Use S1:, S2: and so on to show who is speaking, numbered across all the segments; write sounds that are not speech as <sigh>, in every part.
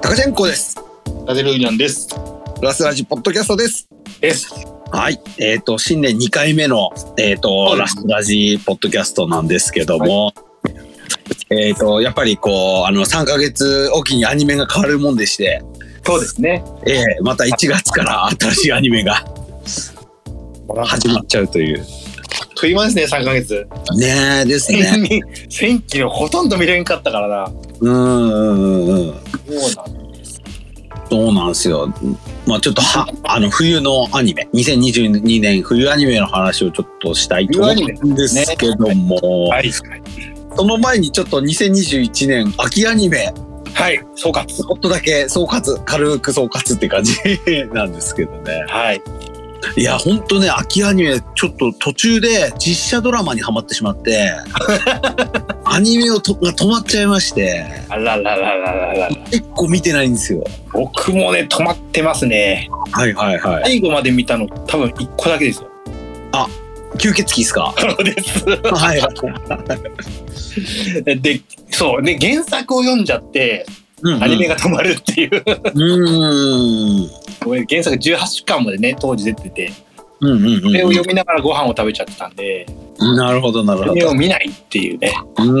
S1: カチェンコです。
S2: ラデルーニャンです。
S1: ラスラジポッドキャストです。
S2: です。
S1: はい。えっ、と、新年2回目の、えっ、と、
S2: はい
S1: ラスラジポッドキャストなんですけども、えっ、と、やっぱりこう、あの、3ヶ月おきにアニメが変わるもんでして、
S2: そうですね。
S1: ええまた1月から新しいアニメが <laughs> 始まっちゃうという。
S2: と言いますね、3ヶ月。
S1: ねえ、です <laughs> ね。
S2: 選挙ほとんど見れんかったからな。そ
S1: うんうんうんうん。
S2: うなん
S1: そうなんですよ。まあちょっとは、あの、冬のアニメ、2022年冬アニメの話をちょっとしたいと思うんですけども、
S2: はい。
S1: その前にちょっと2021年秋アニメ、
S2: はい。そうか。
S1: ちょっとだけ総括、軽く総括って感じ <laughs> なんですけどね。
S2: はい。
S1: いや、ほんとね、秋アニメ、ちょっと途中で実写ドラマにはまってしまって、 <laughs> アニメをとが止まっちゃいまして、
S2: あらららららら。
S1: 結構見てないんですよ。
S2: 僕もね、止まってますね。
S1: はいはいは
S2: 最後まで見たの、多分1個だけですよ。
S1: い。吸血鬼ですか
S2: そうです。
S1: はいはい。
S2: で、そう。で、原作を読んじゃって、
S1: うんうん
S2: アニメが止まるっていう。
S1: うーん。
S2: ごめん、原作18巻までね、当時出てて、
S1: うんうん
S2: それを
S1: う
S2: 読みながらご飯を食べちゃってたんで、
S1: ん。なるほど、なる
S2: アニ
S1: ほ
S2: メ
S1: ど
S2: を。見ないっていうね。
S1: うんうんうん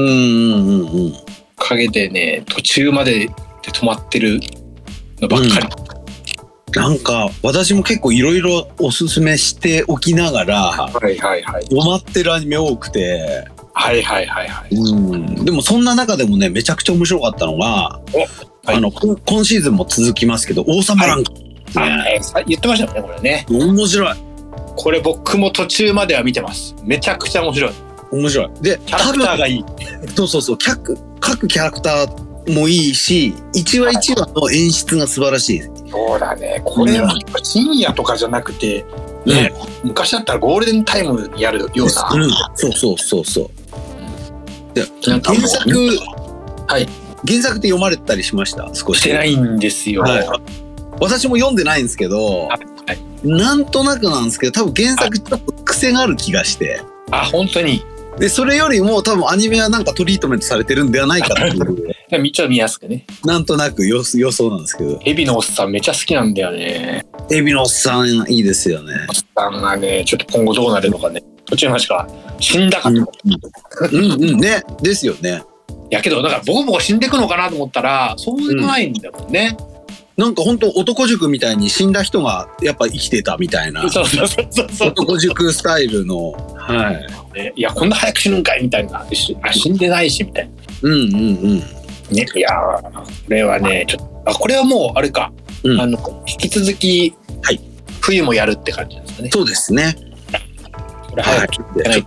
S1: うん。
S2: かけてね途中までで止まってるのばっかり、
S1: なんか、私も結構いろいろおすすめしておきながら、
S2: はいはいはい
S1: 止まってるアニメ多くて、
S2: はいはいはいはい
S1: うん。でもそんな中でもね、めちゃくちゃ面白かったのが、
S2: はい
S1: あの、こ今シーズンも続きますけど、王様ランク、
S2: あえーさ言ってましたもんねこれね
S1: 面白い。
S2: これ僕も途中までは見てますめちゃくちゃ面白い
S1: 面白い。で、
S2: キャラクターがいい
S1: 多分そうそうそう、各、各キャラクターもいいし、一話一話の演出が素晴らしい。
S2: そうだね
S1: これは
S2: 深夜とかじゃなくて、
S1: ね
S2: 昔だったらゴールデンタイムにやる
S1: う
S2: よう
S1: ん、そうそうそうそう。
S2: なんか
S1: 原
S2: もう
S1: 作、
S2: はい。
S1: 原作って読まれたりしました少し。
S2: してないんですよ、
S1: はい私も読んでないんですけど、
S2: はい
S1: なんとなくなんですけど、多分原作ちょっと癖がある気がして、
S2: あ本当に
S1: で、それよりも多分アニメはなんかトリートメントされてるんではないかっていう、
S2: めっちゃ見やすくね
S1: なんとなく予予想なんですけど、
S2: エビのおっさんめっちゃ好きなんだよね
S1: エビのおっさんいいですよね。
S2: おっさんがねちょっと今後どうなるのかね途中の話が死んだか
S1: うん
S2: と
S1: うん、うんうんね、ですよね。
S2: やけどだからボコボコ死んでいくのかなと思ったらそうでもないんだもんね、
S1: なんか本当男塾みたいに死んだ人がやっぱ生きてたみたいな、
S2: そうそうそうそうそう、
S1: 男塾スタイルの、はい。
S2: ね、いやこんな早く死ぬんかいみたいなしあ死んでないしみたいな
S1: うんうんうん。
S2: ねいやーこれはねちょっとあこれはもうあれか、
S1: うん
S2: あの引き続き、
S1: はい、
S2: 冬もやるって感じですかね
S1: そうですね。
S2: これ
S1: は
S2: 早
S1: い、
S2: く
S1: ちょ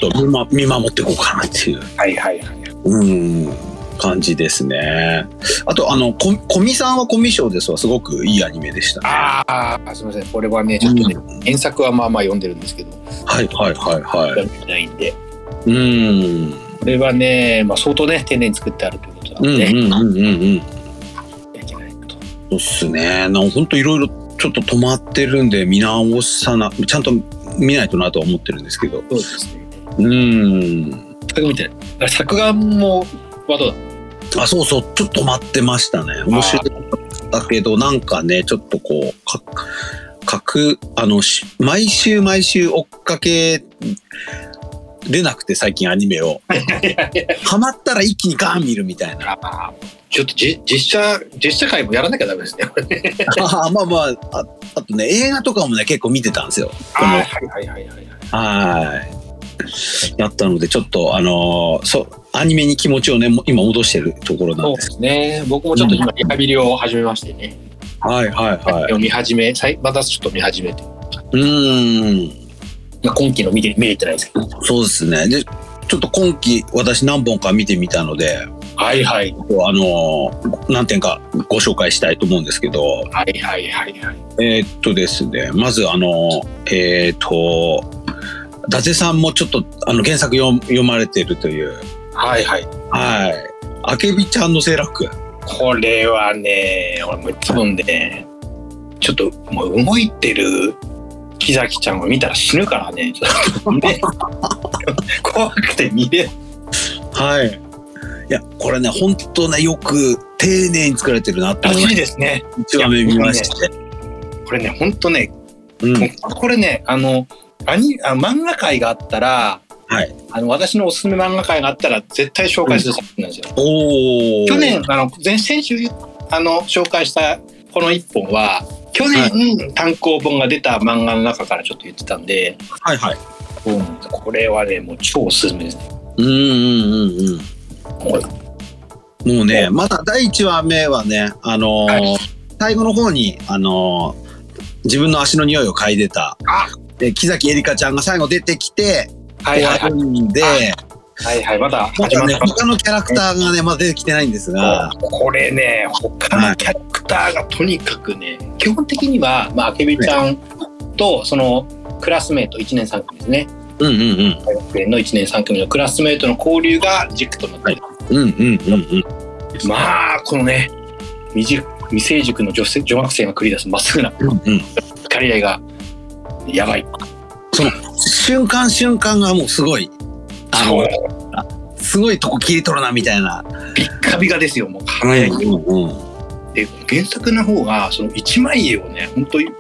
S1: っと見,、ま、見守っていこうかなっていう、
S2: はいはいはい
S1: うん、感じですね。あと、あの、こコミさんはコミ賞ですわ、すごくいいアニメでしたね。
S2: ああすみませんこれはねちょっ
S1: うん
S2: とね、原作はまあまあ読んでるんですけど
S1: はいはいはいは
S2: 読んでないんで
S1: い。うん。
S2: これはね、まあ、相当ね丁寧に作ってあるということ
S1: う
S2: なんんで、
S1: う
S2: ね
S1: んうんうんうん。
S2: いけないなと
S1: そうっすね。なんか本当いろいろちょっと止まってるんで、見直さな、ちゃんと見ないとなとは思ってるんですけど。
S2: そうですね
S1: うん。
S2: 作画みたいな作画もはどうだ
S1: あ、そうそう、ちょっと止まってましたね。面白いだけどなんかねちょっとこうかかくあのし毎週毎週追っかけ出なくて最近アニメをハマったら一気にガン見るみたいな <laughs>
S2: あーちょっとじ実写実写会もやらなきゃダメですね。これね
S1: あーまあまあああとね映画とかもね結構見てたんですよ
S2: あーはいはいはいはいはい。
S1: はいだったのでちょっとあのーそうアニメに気持ちをねも今戻してるところな
S2: そ
S1: んで
S2: うですすね。僕もちょっと今リハビリを始めましてね。
S1: はいはいはい
S2: 読み始めさいまたちょっと見始めて。
S1: うーん
S2: まあ今期の見て見れてないですけど。
S1: そうですねでちょっと今期私何本か見てみたので
S2: はいはい
S1: あの何点かご紹介したいと思うんですけど、
S2: はいはいはいはい。
S1: えーっとですね、まずあの、えーっと、伊達さんもちょっとあの原作読読まれてるという、
S2: はいはい。
S1: はい。あけびちゃんのセーラー服。
S2: これはね、俺も多分ね、ちょっともう動いてる木崎ちゃんを見たら死ぬからね。ちょっと <laughs> ね怖くて見れ
S1: はい。いや、これね、ほんとね、よく徹丁寧に作られてるなって
S2: ら
S1: 思いま
S2: しい
S1: し
S2: ですね。
S1: た。一話目見まして。
S2: これね、ほんとね、
S1: うん。
S2: もうこれね、あの、アニあ漫画界があったら、
S1: はい
S2: あの私のおすすめ漫画界があったら絶対紹介する作品なんですよ。
S1: おお。
S2: 去年、あの前先週あの紹介したこの一本は去年、単行本が出た漫画の中からちょっと言ってたんで、
S1: はいはい。
S2: これはねもう超おすすめですね。
S1: うんうんうんうん。もうね、まだ第1話目はね、あのー
S2: はい
S1: 最後の方に、あのー自分の足の匂いを嗅いでた
S2: あ、
S1: で木崎えりかちゃんが最後出てきて、
S2: はいはいは
S1: 終わ
S2: い、
S1: るんで、
S2: はいはい、まだ
S1: ま
S2: 始ま
S1: だ
S2: っ
S1: ね、
S2: たばっ
S1: 他のキャラクターがね、まだ出てきてないんですが、
S2: これね他のキャラクターがとにかくね基本的には、まあ、あけびちゃんとそのクラスメート1年3組ですね
S1: うんうんうん。
S2: 大学園の1年3組のクラスメートの交流が軸となってる
S1: うんうんうんうん。
S2: まあこのね未熟未成熟の女性女学生が繰り出すまっすぐな
S1: うんうん、
S2: 光り合いがやばい。
S1: 瞬間瞬間がもうすごい。あの、
S2: そう
S1: すごいとこ切り取るなみたいな。
S2: ビッカビカですよもう輝いて
S1: うんうん。
S2: で原作の方がその一枚絵をね本当に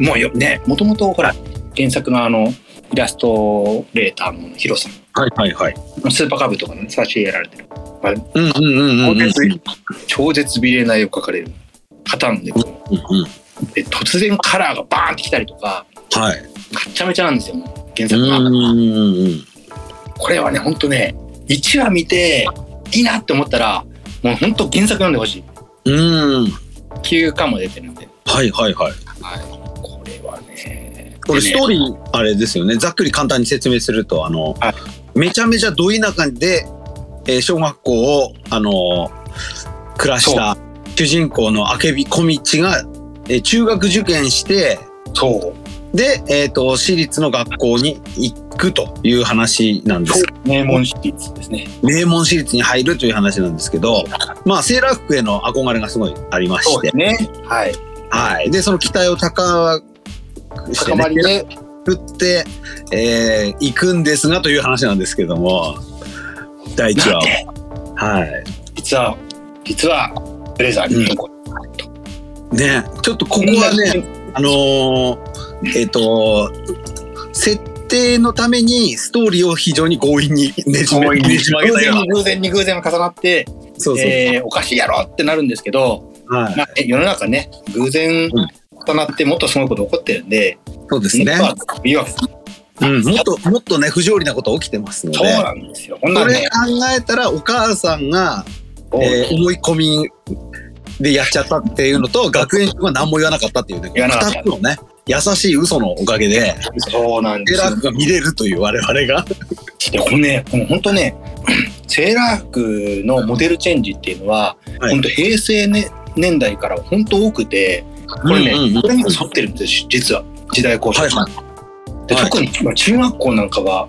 S2: もうよねもともとほら原作のあのイラストレーターのヒロさん
S1: はいはいはい。
S2: スーパーカブとかのね差し入れられてる
S1: うんうんうんうんうん。うん
S2: 超絶超絶美麗な絵を描かれる方なんでこう
S1: うん。
S2: で突然カラーがバーンってきたりとか
S1: はい。
S2: めちゃめちゃなんですよ原
S1: う
S2: 作
S1: んう
S2: が
S1: んうん。
S2: これはね本当ね1話見ていいなって思ったらもう本当原作読んでほしい
S1: うん。
S2: 9巻も出てるんで
S1: はいはいはい。
S2: これはね。
S1: これストー
S2: リ
S1: リー、あれですよね。ざっくり簡単に説明すると、あの、
S2: はい
S1: めちゃめちゃど田舎で、えー小学校を、あのー暮らした主人公のあけび小道が、えー中学受験して、
S2: ー。そ
S1: で、えっ、と、私立の学校に行くという話なんです。
S2: う。名門シリーズですね。
S1: 名門私立に入るという話なんですけど、まあ、セーラー服への憧れがすごいありまして、
S2: ね。はい。
S1: はい。で、その期待を高くして、
S2: 高
S1: ね、
S2: まりで、
S1: 作って、えー行くんですがという話なんですけども第1話
S2: なん
S1: を
S2: で
S1: はい
S2: 実は、実は、ブレザーに行こう。
S1: ねちょっとここはね
S2: ね、
S1: あのーえっ、と設定のためにストーリーを非常に強引にねじめねじ曲げ
S2: 偶
S1: たよ
S2: 然
S1: うな
S2: に偶然に偶然が重なって、
S1: そうそう、
S2: えーおかしいやろってなるんですけど、
S1: はい、
S2: まあ、え世の中ね、偶然
S1: うん
S2: 重なってもっとすごいこと起こってるんで、
S1: そうですね、
S2: まあいわく
S1: うん、もっともっとね不条理なこと起きてますので
S2: そうなんですよ。こんな
S1: そ
S2: ん
S1: れ
S2: ね、
S1: 考えたらお母さんが、えー思い込みでやっちゃったっていうのと学園長が何も言わなかったっていうね
S2: 言わなかった
S1: 2つのね優しい嘘のおかげで
S2: そうなんで
S1: セー
S2: す
S1: ラ
S2: よ
S1: ー。服が見れるという我々が
S2: でこれね、もう本当ね、セーラー服のモデルチェンジっていうのは、
S1: はい
S2: 本当平成、ね、年代から本当多くて、これね、
S1: うんうんうん
S2: これにも沿ってるんですよ、実は。時代交渉、
S1: はいは
S2: で
S1: はい
S2: 特に今中学校なんかは、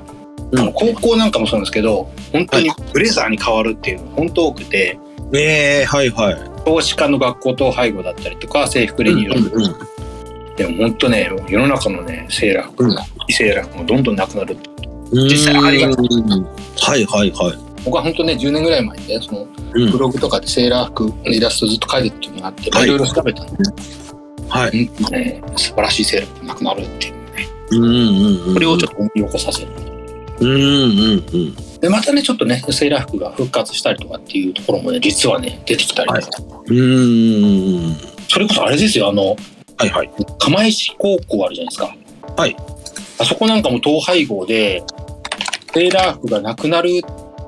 S1: うん
S2: あの高校なんかもそうなんですけど、本当にブレザーに変わるっていうのが本当多くて、
S1: えー、はいはい
S2: 少子化の学校統廃合だったりとか、制服レニュー、
S1: うんうん
S2: でも本当ね、世の中のね、セーラー服、
S1: うん
S2: セーラー服もどんどんなくなる
S1: うん
S2: 実際ありま
S1: はいはいはい
S2: 僕は本当ね10年ぐらい前にねその
S1: うん
S2: ブログとかでセーラー服のイラストずっと描いてた時があって、まあ
S1: はい
S2: いろいろ調べたんで、
S1: はい
S2: ね、素晴らしいセーラー服なくなるっていうね
S1: うんうんうん
S2: これをちょっと思い起こさせる
S1: うんうんうん
S2: でまたねちょっとねセーラー服が復活したりとかっていうところもね実はね出てきたりとか、
S1: うんうんうん
S2: それこそあれですよあの
S1: はいはい
S2: 釜石高校あるじゃないですか
S1: はい
S2: あそこなんかも統廃合でセーラー服がなくなる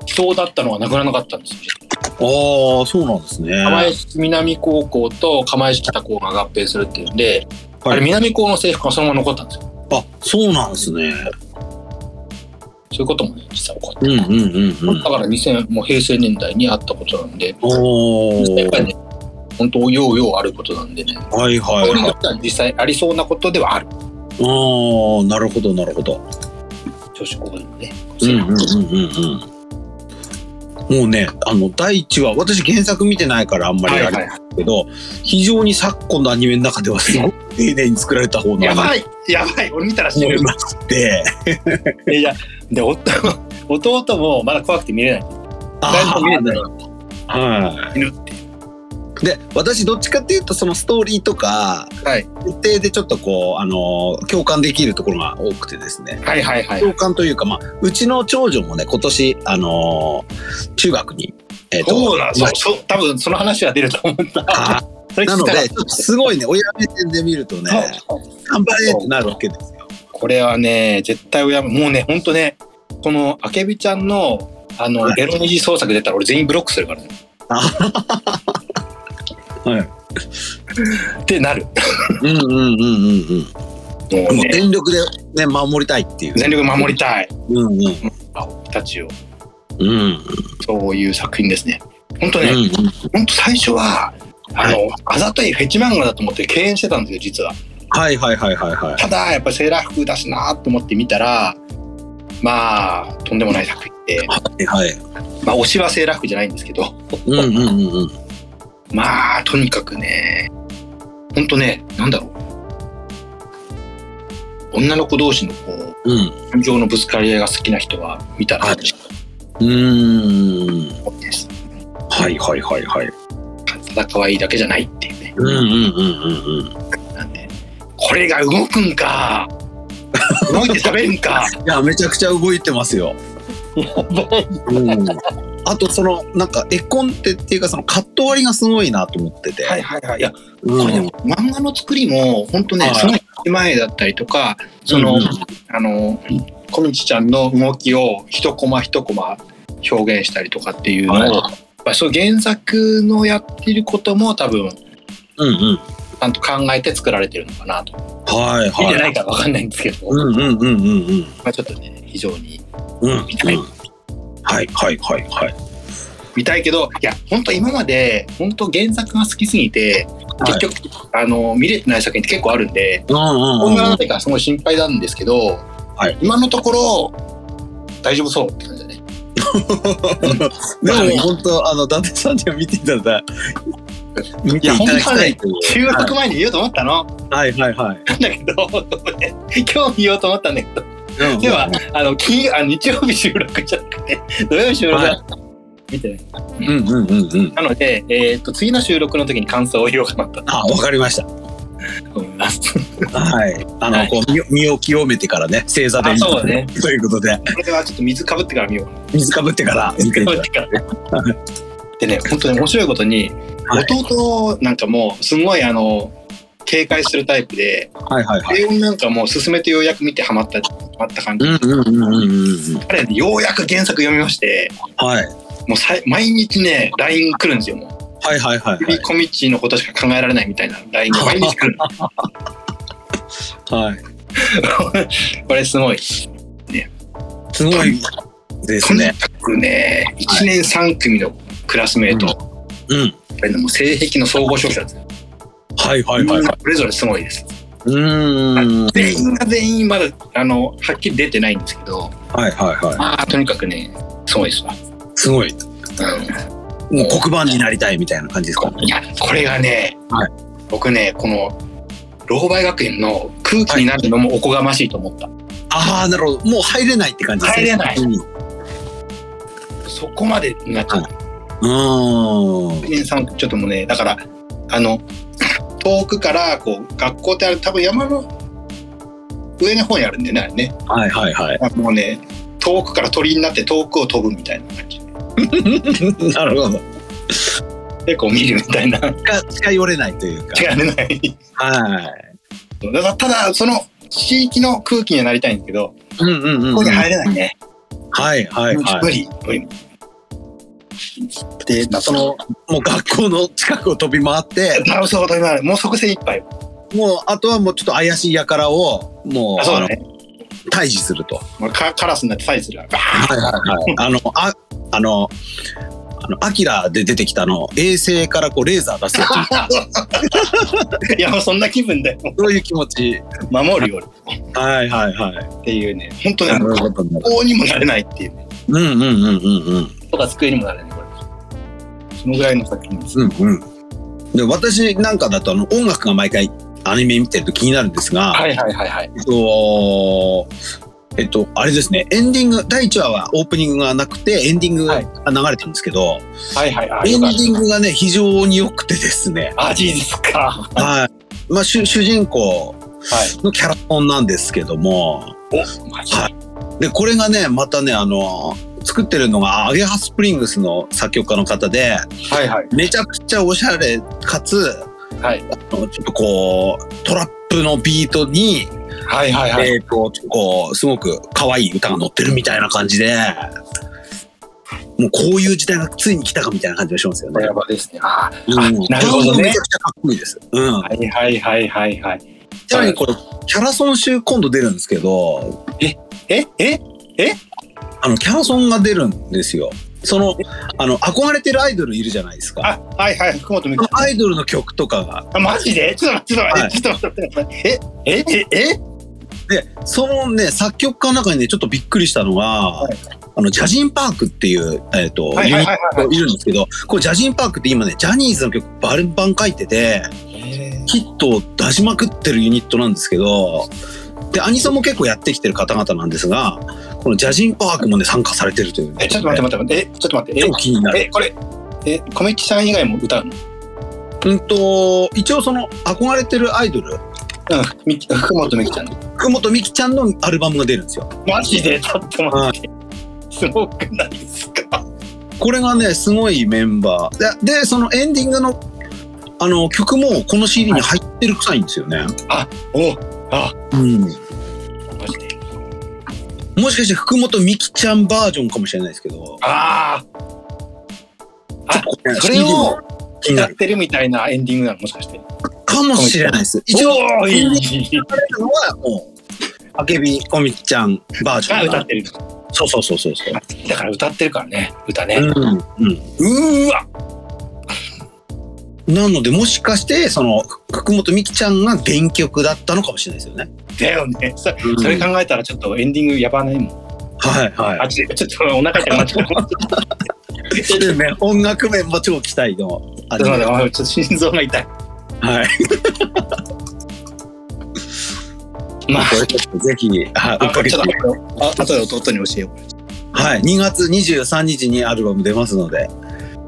S2: そうだったのがなくならなかったんですよ
S1: ああそうなんですね
S2: 釜石南高校と釜石北高校が合併するっていうんで、
S1: はい
S2: あれ南高の制服がそのまま残ったんですよ
S1: あそうなんですね
S2: そういうこともね実は起こっ
S1: うんうんうんうん
S2: ただから2000もう平成年代にあったことなんで
S1: おお
S2: やっぱりね本当ようようあることなんでね
S1: はいはい
S2: 俺
S1: はい
S2: にとっては実際ありそうなことではある
S1: ああなるほどなるほど
S2: 女子高校でもね
S1: うんうんうんうんうん。もうね、あの第一話、私原作見てないからあんまり
S2: はい
S1: あ
S2: は
S1: れだ
S2: いは
S1: けど、非常に昨今のアニメの中ではすごく丁寧に作られた方
S2: い
S1: のア
S2: や
S1: ニメ
S2: ばいやばい俺見たら死
S1: 思
S2: ぬ
S1: いまして、
S2: いやで弟も弟もまだ怖くて見れない
S1: あ
S2: 誰も見れない
S1: ーはい。
S2: 死ぬって
S1: で私どっちかっていうとそのストーリーとか
S2: はい
S1: 設定でちょっとこうあの共感できるところが多くてですね
S2: はいはいはい。
S1: 共感というか、まあ、うちの長女もね今年あのー中学に、えーと
S2: そうだ、そ
S1: ま
S2: う、そう、多分その話は出ると思うん <laughs> だ。
S1: あ
S2: それ
S1: な
S2: 聞い
S1: の
S2: たら
S1: でちょっとすごいね親目線で見るとね
S2: そう
S1: 頑張れってなるわけですよ。
S2: これはね、絶対親、もうね、ほんとね、この、あけびちゃんの、あの、
S1: はい
S2: エロ二次創作出たら俺全員ブロックするからね。
S1: はい
S2: ってなる。
S1: うんうんうんうんう。
S2: もうん
S1: もう
S2: ね、
S1: 全力でね守りたいっていう。
S2: 全力守りたい。
S1: うんうん
S2: 青たちを。
S1: うんうん
S2: そういう作品ですね。ほんとね、
S1: うん
S2: ほんと最初は、あの、あざといフェチ漫画だと思って敬遠してたんですよ、実は。
S1: はいはいはいはいはい。
S2: ただやっぱりセーラー服だしなと思って見たらまあとんでもない作品で、
S1: はいはい。
S2: まあ、推しはセーラー服じゃないんですけど
S1: うんうんうんうん。
S2: まあとにかくねほんとねなんだろう女の子同士のこう
S1: うん。
S2: 感情のぶつかり合いが好きな人は見たら
S1: はい
S2: 楽しいと
S1: うーん。
S2: 思うんです
S1: はいはいはいはい。
S2: ただ可愛いだけじゃないっていうね
S1: うんうんうんうんうん。い
S2: なんでこれが動くんか動いて喋る
S1: <laughs>
S2: んか
S1: や、めちゃくちゃ動いてますよ。うん。あと、その、なんか、絵コンテっていうか、そのカット割りがすごいなと思ってて。
S2: はいはいはいいや
S1: うん。
S2: これでも漫画の作りも本当ね、
S1: はい
S2: その前だったりとかその、
S1: うんうん
S2: あの小道ちゃんの動きを一コマ一コマ表現したりとかっていうのを、
S1: はい
S2: やっぱりそういう原作のやってることも多分ち
S1: うんうん。
S2: ゃんと考えて作られてるのかなと、
S1: はい
S2: 見てな
S1: はい。
S2: いから分かんないんですけど、
S1: う
S2: ま
S1: んうんうんうんうん。
S2: あ、ちょっとね非常に
S1: うんうん。はいはいはいはい。
S2: 見たいけどいや本当今まで本当原作が好きすぎて結局、あの見れてない作品って結構あるんで、
S1: うんうん
S2: 今後
S1: うん
S2: なんていうかすごい心配なんですけど、
S1: はい
S2: 今のところ大丈夫そうって感じだね。
S1: でも本当あの伊達さんには見ていただいた見ていただきたいという
S2: 収録前に言おうと思ったの、
S1: はいはいはい
S2: なんだけど今日見ようと思ったんだけど
S1: うん
S2: ではあの金あの日曜日収録じゃなくて土曜日収録だった、見てない
S1: うんうんうんうん
S2: なので、えー、と次の収録の時に感想を言おうかなと
S1: あわかりました
S2: 思います。
S1: <laughs> はいあの、
S2: はい
S1: こう身を身を清めてからね正座で
S2: あそうだね
S1: <laughs> ということで
S2: これはちょっと水かぶってから見ようかな。
S1: 水かぶってから見ていただいて
S2: でね本当に面白いことに、
S1: はい
S2: 弟なんかもすごいあの警戒するタイプで。
S1: はいはいはい
S2: 低音なんかもう進めてようやく見てハマったハマった感
S1: う
S2: じ、
S1: んうんうんうんうん
S2: 彼ねようやく原作読みまして
S1: はい
S2: もうさい毎日ね LINE 来るんですよもう
S1: はいはいはい
S2: 指コミッチのことしか考えられないみたいな
S1: <laughs>
S2: LINE が毎日来る
S1: はい、はい、
S2: これすごい
S1: すごいです
S2: とに
S1: ね
S2: かくね1年3組のクラスメート、こ
S1: うん
S2: れねもう性癖の総合勝者です、
S1: はいはいはいはい
S2: それぞれすごいです
S1: うーん
S2: 全員が全員まだあのはっきり出てないんですけど
S1: はいはいは
S2: まあとにかくねすごいですわ、
S1: いすごい
S2: うん
S1: もう黒板になりたいみたいな感じですか
S2: いやこれがね、
S1: はい
S2: 僕ねこの老梅学園の空気になるのもおこがましいと思った、
S1: ああなるほどもう入れないって感じですね
S2: 入れない
S1: うん
S2: そこまでになっちゃう
S1: はうーん。
S2: 一年三区ちょっともうねだからあの遠くからこう学校ってある多分山の上の方にあるんでねあれね
S1: はいはい
S2: <laughs>
S1: はい。
S2: もうね遠くから鳥になって遠くを飛ぶみたいな感じ
S1: なるほど。
S2: 結構見るみたいな
S1: が近寄れないというか。
S2: 違うねない
S1: はい。
S2: だからただその地域の空気にはなりたいんですけど、
S1: うんうんうんうん。
S2: ここに
S1: は
S2: 入
S1: い
S2: れないね
S1: はいはい。
S2: 無理無理でその
S1: もう学校の近くを飛び回って、
S2: なるほど今もうそこ精一杯
S1: もうあとはもうちょっと怪しい輩をもう
S2: あそう
S1: あ
S2: だ
S1: の
S2: ね
S1: 退治すると。
S2: もうカカラスになってサイズがバ
S1: <laughs> は
S2: ー
S1: いはいはい。あのああの。あのアキラで出てきたあの衛星からこうレーザー出 <laughs> すやつ
S2: ンいやもうそんな気分で
S1: そういう気持ち
S2: 守るよ
S1: はいはいはい
S2: っていうね本当
S1: な
S2: ね
S1: るほどね
S2: こうにもなれないっていうね
S1: うんうんうんうんうん
S2: とか机にもなれないこれそのぐらいの作品です、
S1: うんうん、で私なんかだとあの音楽が毎回アニメ見てると気になるんですが、
S2: いはいはいはい
S1: えっとえっと、あれですね、エンディング、第1話はオープニングがなくて、エンディングが
S2: はい
S1: 流れてるんですけど、
S2: はいはいはい。
S1: エンディン
S2: グ。
S1: グがね、非常に良くてです
S2: <laughs>
S1: ね、
S2: あ、ジーズか。
S1: はい。まあ、主主人公
S2: はい。
S1: のキャラソンなんですけども、
S2: お、マジで
S1: はで、これがね、またね、あの、作ってるのが、アゲハスプリングスの作曲家の方で、
S2: はいはい。
S1: めちゃくちゃおしゃれかつ、
S2: はい
S1: あのちょっとこうトラップのビートに、
S2: はいはいはい。
S1: えーとこうすごく可愛い歌が乗ってるみたいな感じでもうこういう時代がついに来たかみたいな感じがしますよね。
S2: やばですね。あ
S1: うん
S2: なるほ
S1: こ
S2: どね
S1: れもめちゃくちゃかっこいいです。うん。
S2: はいはいはいはいはい。
S1: ちなみにこれキャラソン集今度出るんですけど、
S2: ええ
S1: あのキャラソンが出るんですよ。そのあの憧れてるアイドルいるじゃないですか。
S2: あ、はいはい。福本美
S1: そ
S2: 香
S1: の。アイドルの曲とかが
S2: あ、マジでちょっと待って、ちょっと待って、ちょっと待って。ええええ
S1: でそのね作曲家の中にねちょっとびっくりしたのが、
S2: い
S1: あのジャジンパークっていう、えっと
S2: はいはいはい
S1: ユニットいるんですけどこれジャジンパークって今ねジャニーズの曲バンバン書いてて
S2: はい。
S1: ヒットを出しまくってるユニットなんですけどでアニソンも結構やってきてる方々なんですがこのジャジンパークもね参加されてるという
S2: え、ちょっと待って待って待って。え、ちょっと待って。
S1: 超気にな
S2: え、
S1: る
S2: え、これ。え、コメキさん以外も歌うの
S1: うんと一応その憧れてるアイドル
S2: うん。み福本美香ちゃんの。
S1: 福本美貴ちゃんのアルバムが出るんですよ
S2: マジでちょっと待って。すごくないですか
S1: これがねすごいメンバーででそのエンディングのあの曲もこの CD に入ってる臭いんですよね、
S2: おあ、
S1: うん、
S2: マジで。
S1: もしかして福本美貴ちゃんバージョンかもしれないですけど
S2: ああ。あ、
S1: れ
S2: それを
S1: 気に
S2: や
S1: な
S2: っ
S1: る
S2: てるみたいなエンディングなのもしかして。
S1: かもしれないです一応
S2: おーいい。
S1: 流れるのはもう「あけびこみちゃんバージョ
S2: が
S1: ン
S2: 歌っ
S1: が
S2: てる。
S1: そうそうそうそうそう
S2: だから歌ってるからね。歌ね。
S1: うんうん
S2: うーわ
S1: なのでもしかしてその福本美貴ちゃんが原曲だったのかもしれないですよね、
S2: だよね。そそれ考えたらちょっとエンディングやばないもん。
S1: はいは
S2: あ
S1: い
S2: ちちょっとお腹痛くなっちゃった。
S1: そうですね <laughs> 音楽面も超期待のあ
S2: ちょっと待って
S1: は
S2: お前ちょっと心臓が痛い。
S1: い
S2: <laughs> まあ、
S1: これちょっとぜひ、はい、追っ
S2: あ、
S1: かけ
S2: ち
S1: て
S2: ょっと待ってよあ後で弟に教えよ
S1: はい、2月23日にアルバム出ますので、
S2: う。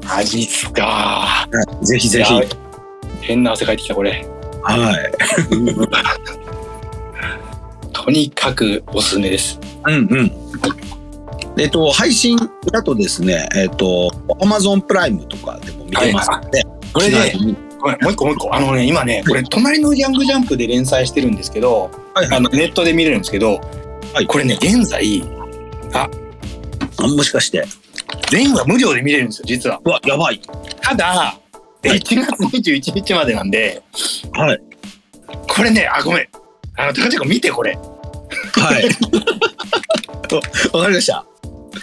S2: マジっすか。
S1: ぜひぜひ、
S2: い
S1: は
S2: や変な汗かいてきた、これ。
S1: い、
S2: とにかくおすすめです。
S1: うんうん。えっと、配信だとですね、えっと、Amazon プライムとかでも見れますので、
S2: これ
S1: はい
S2: で、ごめんもう一個もう一個。あのね、今ね、これ、隣のヤングジャンプで連載してるんですけど、
S1: はい
S2: あのネットで見れるんですけど、
S1: はい
S2: これね、現在、
S1: あもしかして、
S2: 全話無料で見れるんですよ、実は。
S1: うわ、やばい。
S2: ただ、1月21日までなんで、
S1: はい。
S2: これね、あ、ごめん。あの、高ちゃん見て、これ。
S1: はい。 <laughs> わかりました。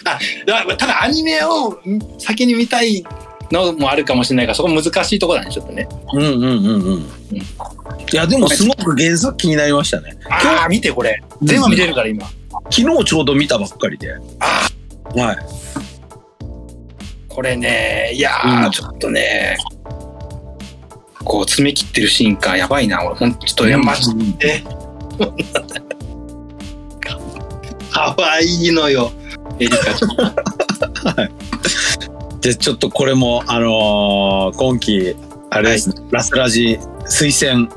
S2: だただアニメを先に見たいのもあるかもしれないからそこ難しいところだねちょっとね
S1: うんうんうんうん。いや、でもすごく原作気になりましたね。
S2: 今日見てこれ全話見れるから今
S1: 昨日ちょうど見たばっかりで。
S2: あ
S1: はい。
S2: これねいやー、
S1: うん
S2: ちょっとねこう詰め切ってるシーンかやばいな俺ほんちょっとやマジでかわいいのよエリカちゃん
S1: でちょっとこれもあのー今期あれですね、ラスラジ推薦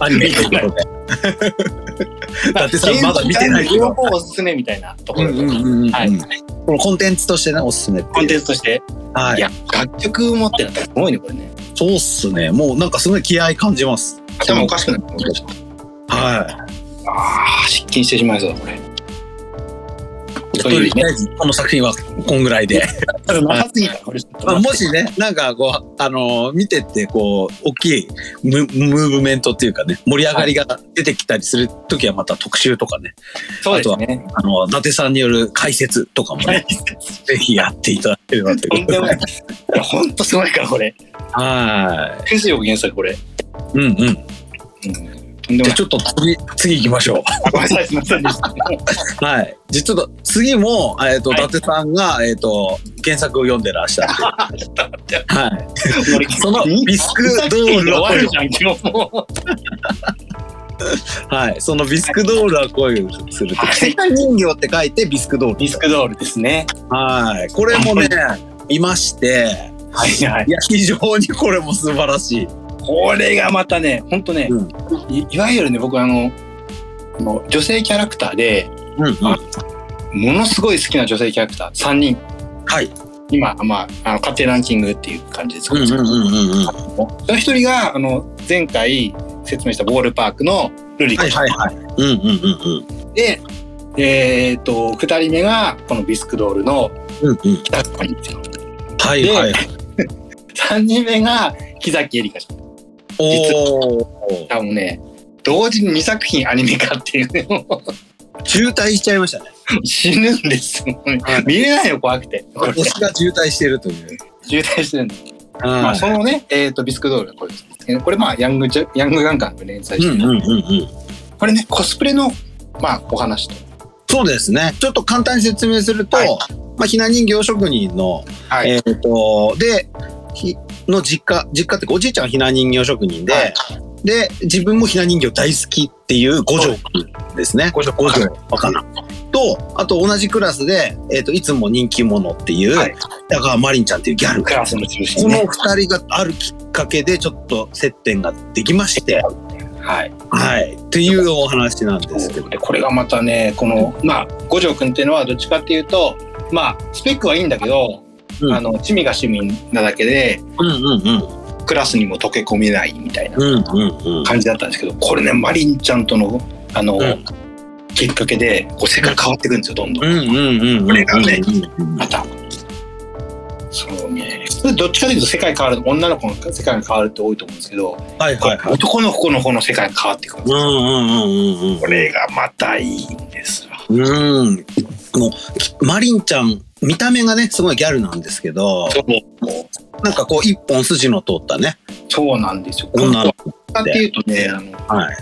S1: アニメということで <laughs> だってさまだ見てないけど
S2: 両方おすすめみたいなところ、は
S1: はいいこのコンテンツとしてねおすすめっていう
S2: コンテンツとして、、
S1: はいい
S2: や楽曲持ってるってすごいねこれね
S1: そうっすねもうなんかすごい気合い感じます
S2: 頭おかしくなる
S1: は
S2: ああ、失禁してしまいそうだ、これ。
S1: い
S2: と
S1: と
S2: い
S1: り
S2: うね
S1: あえずこの作品はこんぐらいで
S2: 長すぎた、これ。
S1: まあもしねなんかこうあのー見てってこう大きいムムーブメントっていうかね盛り上がりが出てきたりする時はまた特集とかね
S2: そうですね。
S1: あの伊達さんによる解説とかもねぜひやっていただければと
S2: と
S1: い
S2: ん
S1: うことで
S2: でもない。いや、ほんとすごいから、これ。
S1: は
S2: ですよ、原作、これ。
S1: い。うんうん。じ
S2: うん、とんで
S1: ゃ
S2: もな
S1: あ
S2: い。
S1: ちょっと次、次行きましょ
S2: あごめんなさい、すみません
S1: <laughs>
S2: でした。
S1: う。はい。じゃあちょっと次も、えっ、と、
S2: は
S1: 伊
S2: い
S1: 達さんが、えっ、と、原作を読んでらっし <laughs> ゃる。はい。
S2: 俺
S1: そのリスク通り
S2: 終わるじゃん、今日もう。
S1: はい、そのビスクドールはこういうすると
S2: はい
S1: 世界人形って書いてビスクドール
S2: ディスクドールですね。
S1: はいこれもね見まして
S2: はいはい
S1: い。や非常にこれも素晴らしい
S2: これがまたね、ほんとね、
S1: うん
S2: いいわゆるね、僕あの、もう女性キャラクターで、
S1: うんうん
S2: あものすごい好きな女性キャラクター3人。
S1: はい
S2: 今、まあ、あの、勝手ランキングっていう感じですけ
S1: うん
S2: ど、
S1: うんうんうんうんは
S2: その一人が、あの、前回説明したボールパークのルリコ
S1: いはいはいうんうんうんうん
S2: で、えーっと、二人目が、このビスクドールの
S1: うんうん
S2: 北川凛ちゃん。
S1: はいはい
S2: 三人目が、木崎エリカちゃん。
S1: おお
S2: 多分ね、同時に2作品アニメ化っていうね、もう
S1: 渋滞しちゃいましたね
S2: 死ぬんですよ。
S1: はい
S2: 見れないよ、怖くて。こ
S1: <laughs>
S2: れ
S1: 推しが渋滞してるという
S2: 渋滞してるんで。ま
S1: は
S2: あ、
S1: い
S2: そのね、えー、とビスクドールがこれですね。これ、まあ、ヤングジャヤングガンガンで連載
S1: う
S2: して
S1: ん
S2: る、
S1: うんうんうん
S2: これね、コスプレの、まあ、お話と。
S1: そうですねちょっと簡単に説明すると、
S2: はい
S1: まあ、ひな人形職人の
S2: は
S1: えっ、と、で、ひの実家、実家っていうかおじいちゃんはひな人形職人で、
S2: はい
S1: で、自分もひな人形大好きっていう五条くんですね。
S2: 五条
S1: 五条若菜。と、あと同じクラスで、えっ、と、いつも人気者っていう、
S2: はい
S1: だからまりんちゃんっていうギャル。
S2: ク
S1: こ
S2: ラスの中心
S1: の
S2: ね。
S1: 二人があるきっかけで、ちょっと接点ができまして、
S2: はい。
S1: はい、っていうお話なんですけど。
S2: でこれがまたね、この、まあ、五条くんっていうのは、どっちかっていうと、まあ、スペックはいいんだけど、
S1: うん
S2: あの趣味が趣味なだけで、
S1: うんうんうん。
S2: クラスにも溶け込めないみたいな
S1: うんうんうん。
S2: 感じだったんですけど、これね、マリンちゃんとの、あの、
S1: うん
S2: きっかけで、こう、世界変わっていくんですよ、どんどん。
S1: うんうんうんうん。
S2: これがね
S1: うん
S2: また。そうね。普通どっちかというと世界変わる、女の子の世界が変わるって多いと思うんですけど、
S1: はいはいはい。
S2: 男の子の方の世界が変わっていくる
S1: うんうんうんうんうん。
S2: これがまたいいんですよ。
S1: うん。もうき、マリンちゃん、見た目がね、すごいギャルなんですけど、
S2: そう
S1: なんかこう、一本筋の通ったね。
S2: そうなんですよ。この
S1: 女の
S2: 子
S1: 子。
S2: っていうとね、あの
S1: はい。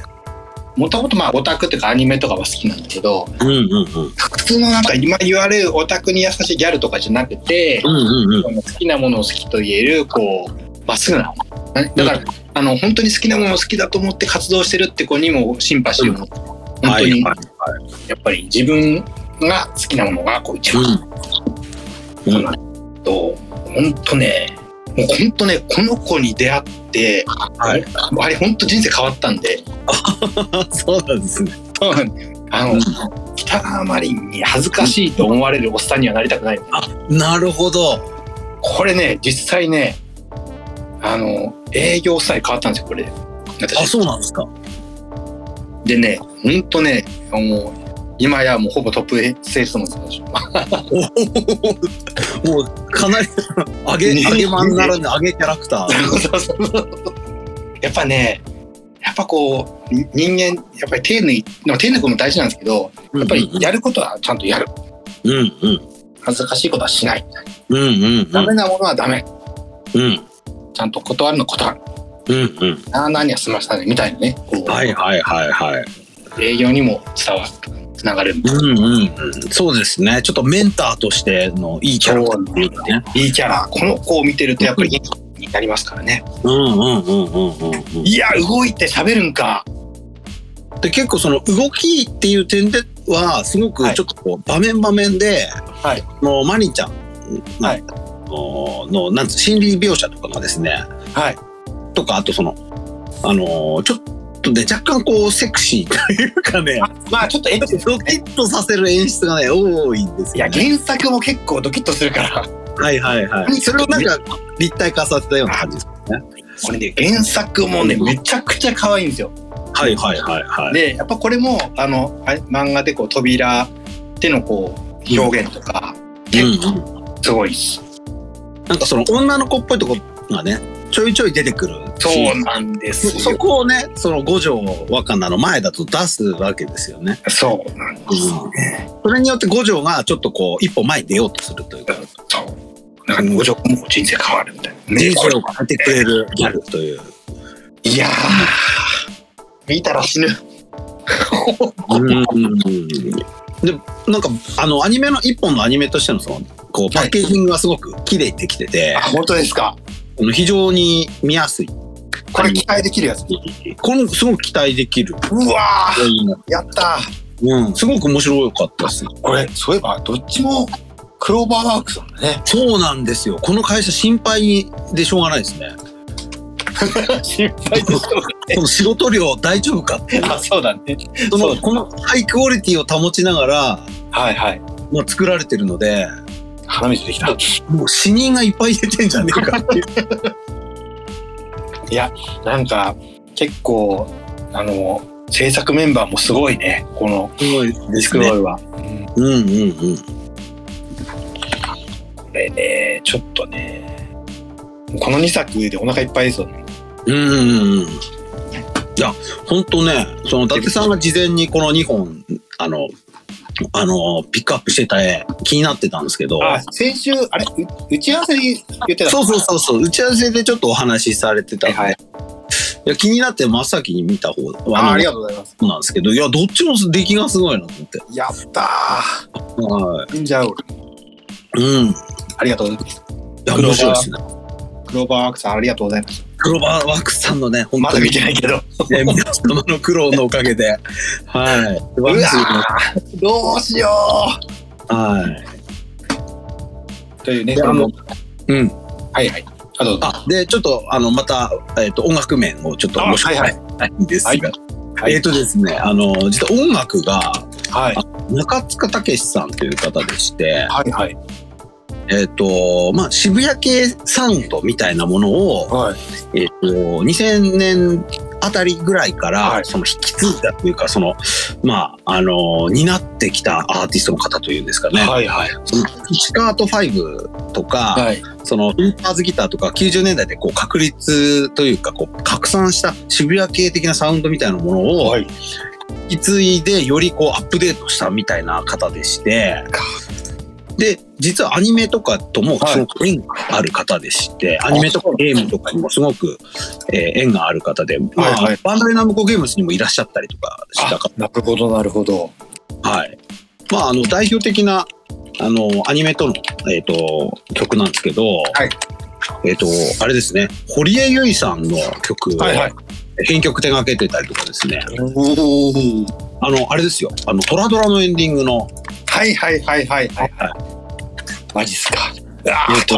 S2: もともとまあオタクっていうかアニメとかは好きなんだけど、
S1: うんうんうん。
S2: 普通のなんか今言われるオタクに優しいギャルとかじゃなくて、
S1: うんうんうん。
S2: 好きなものを好きと言えるこうまっすぐな方ねだから、あの本当に好きなものを好きだと思って活動してるって子にもシンパシーを持って、本当に
S1: はい
S2: やっぱり自分が好きなものがこう一
S1: うん。
S2: 番そうなんだと本当ねもう本当ねこの子に出会って、
S1: はい
S2: あれ本当人生変わったんで
S1: <laughs> そうなんですね。
S2: <laughs> あの、北川マリンに恥ずかしいと思われるおっさんにはなりたくない
S1: なるほど。
S2: これね実際ねあの営業さえ変わったんですよこれ
S1: あ、
S2: 私
S1: そうなんですか。
S2: でねほんとねもう今やもうほぼトップセールスマンですよ私
S1: もう、かなり、上げ、
S2: ね
S1: 上げマンならぬ上げキャラクター。
S2: そうそうそう <laughs> やっぱねやっぱこうに人間やっぱり丁寧でも丁寧くも大事なんですけどやっぱりやることはちゃんとやる
S1: うんうん。
S2: 恥ずかしいことはしない
S1: うんうんう
S2: ダ
S1: ん。
S2: メなものはダメ
S1: うん
S2: ちゃんと断るの断る
S1: うんうん。
S2: ああ何は済ませたねみたいなねこう
S1: はいはいはいはい。
S2: 営業にも伝わるつながるみたい
S1: うんうんうん。そうですね。ちょっとメンターとしてのいいキャラクターっていうかね。
S2: ないいキャラこの子を見てるとやっぱり元気になりますからね
S1: うんうんうんうんうんうん。
S2: いや動いて喋るんか
S1: で結構その動きっていう点ではすご
S2: は
S1: く
S2: い
S1: ちょっとこう場面場面で、
S2: はい
S1: のマリンちゃんの,、
S2: はい
S1: のなんつう心理描写とかがですね
S2: はい
S1: とかあとそのあのーちょっとね若干こうセクシーというかね
S2: まあちょっとエッチです
S1: ドキッとさせる演出がね多いんです
S2: いや
S1: よ、ね。
S2: 原作も結構ドキッとするから
S1: はいはいはい。それをなんか立体化させたような感じです。
S2: これね原作もねめちゃくちゃ可愛いんですよ
S1: はいはいはいはい。
S2: でやっぱこれもあのあれ漫画でこう扉でのこう表現とか
S1: うんうん
S2: すごいし、
S1: なんかその女の子っぽいとこがねちょいちょい出てくるし。
S2: そうなんです
S1: そ
S2: よ
S1: こをね、その五条若菜の前だと出すわけですよね。
S2: そうなんで
S1: それによって五条がちょっとこう、一歩前に出ようとするというか、
S2: すそうなんか五条も人生変わるみたいな、ね、
S1: 人
S2: これ
S1: 生を変えてくれるギャルという。
S2: いやー見たら死ぬ
S1: で、なんか、あの、アニメの、一本のアニメとしての、その、こう、パッケージングがすごく綺麗にできてて、
S2: あ本当ですか
S1: あの非常に見やすい。
S2: これ期待できるやつ。
S1: このすごく期待できる。
S2: うわーやったー
S1: うん、すごく面白かったですね。。
S2: これ、そういえば、どっちも、クローバーワークスなんだね
S1: そうなんですよ。この会社心配でしょうがないですね。
S2: 心配でしょう
S1: この仕事量大丈夫 <laughs> かっていう。
S2: あ、そうだね。
S1: そ
S2: そう
S1: の
S2: だ
S1: このハイクオリティを保ちながら、
S2: はいはい。
S1: もう作られてるので、
S2: 花道できた。
S1: もう死人がいっぱい出てんじゃねえかっていう。
S2: なんか、結構、あの、制作メンバーもすごいね。この、
S1: すごいで
S2: ス
S1: す
S2: クロー
S1: ね。
S2: ルは。
S1: うんうんうん。
S2: これね、ちょっとね、この2作でお腹いっぱいですよね。
S1: うんうんうん。いや、本当ね、その伊達さんが事前にこの2本、あの、あの、ピックアップしてた絵、気になってたんですけど、
S2: あ、先週、あれ、う打ち合わせで言ってた
S1: そうそうそうそう、打ち合わせでちょっとお話しされてたんで、
S2: はいはい
S1: い、や気になって真っ先に見た方
S2: ああり
S1: の
S2: がとうございます。
S1: なんですけど、いや、どっちも出来がすごいなと思って。
S2: やったー。
S1: は
S2: ジンジャーオール。
S1: い。うん。い
S2: ありがとうございます。
S1: や、面白いですね。
S2: クローバーワークさん、ありがとうございます。
S1: クローバーワークスさんのね、本
S2: ま
S1: 当
S2: だ見
S1: に、
S2: てないけど。
S1: ね、皆様の苦労のおかげで、はい。素
S2: うわ
S1: 晴らしい
S2: ーどうしよ
S1: はい。
S2: うというね、
S1: いや
S2: この
S1: あのうん。
S2: はいはい。あと、
S1: あでちょっとあのまた、えっと音楽面をちょっと面白い
S2: あは
S1: んですが、
S2: はいはい
S1: えっ、とですねあの実は音楽が
S2: はい。
S1: 中塚武さんという方でして、
S2: はいはい。
S1: えっとまあ、渋谷系サウンドみたいなものを、
S2: はい。
S1: えっと2000年あたりぐらいから、
S2: はい
S1: その引き継いだというかその、まあ、あの担ってきたアーティストの方というんですかね、
S2: はいはい。
S1: そのピチカート5とか、
S2: はい。
S1: そのフンパーズギターとか90年代でこう確立というかこう拡散した渋谷系的なサウンドみたいなものを
S2: はい
S1: 引き継いでよりこうアップデートしたみたいな方でしてで実はアニメとかともすごく縁がある方でして、アニメとかゲームとかにもすごく、えー縁がある方で、まあ
S2: はいはい
S1: バンドリナムコゲームズにもいらっしゃったりとかした方
S2: なるほど、なるほど。
S1: はい。まあ、あの、代表的な、あの、アニメとの、えっ、と、曲なんですけど、
S2: はい
S1: えっ、と、あれですね、堀江由衣さんの曲を、
S2: はいはい。
S1: 編曲手掛けてたりとかですね、
S2: おー
S1: あの、あれですよ、あの、トラドラのエンディングの、
S2: はいはいはいはいはい。マジっすか。あ
S1: えっと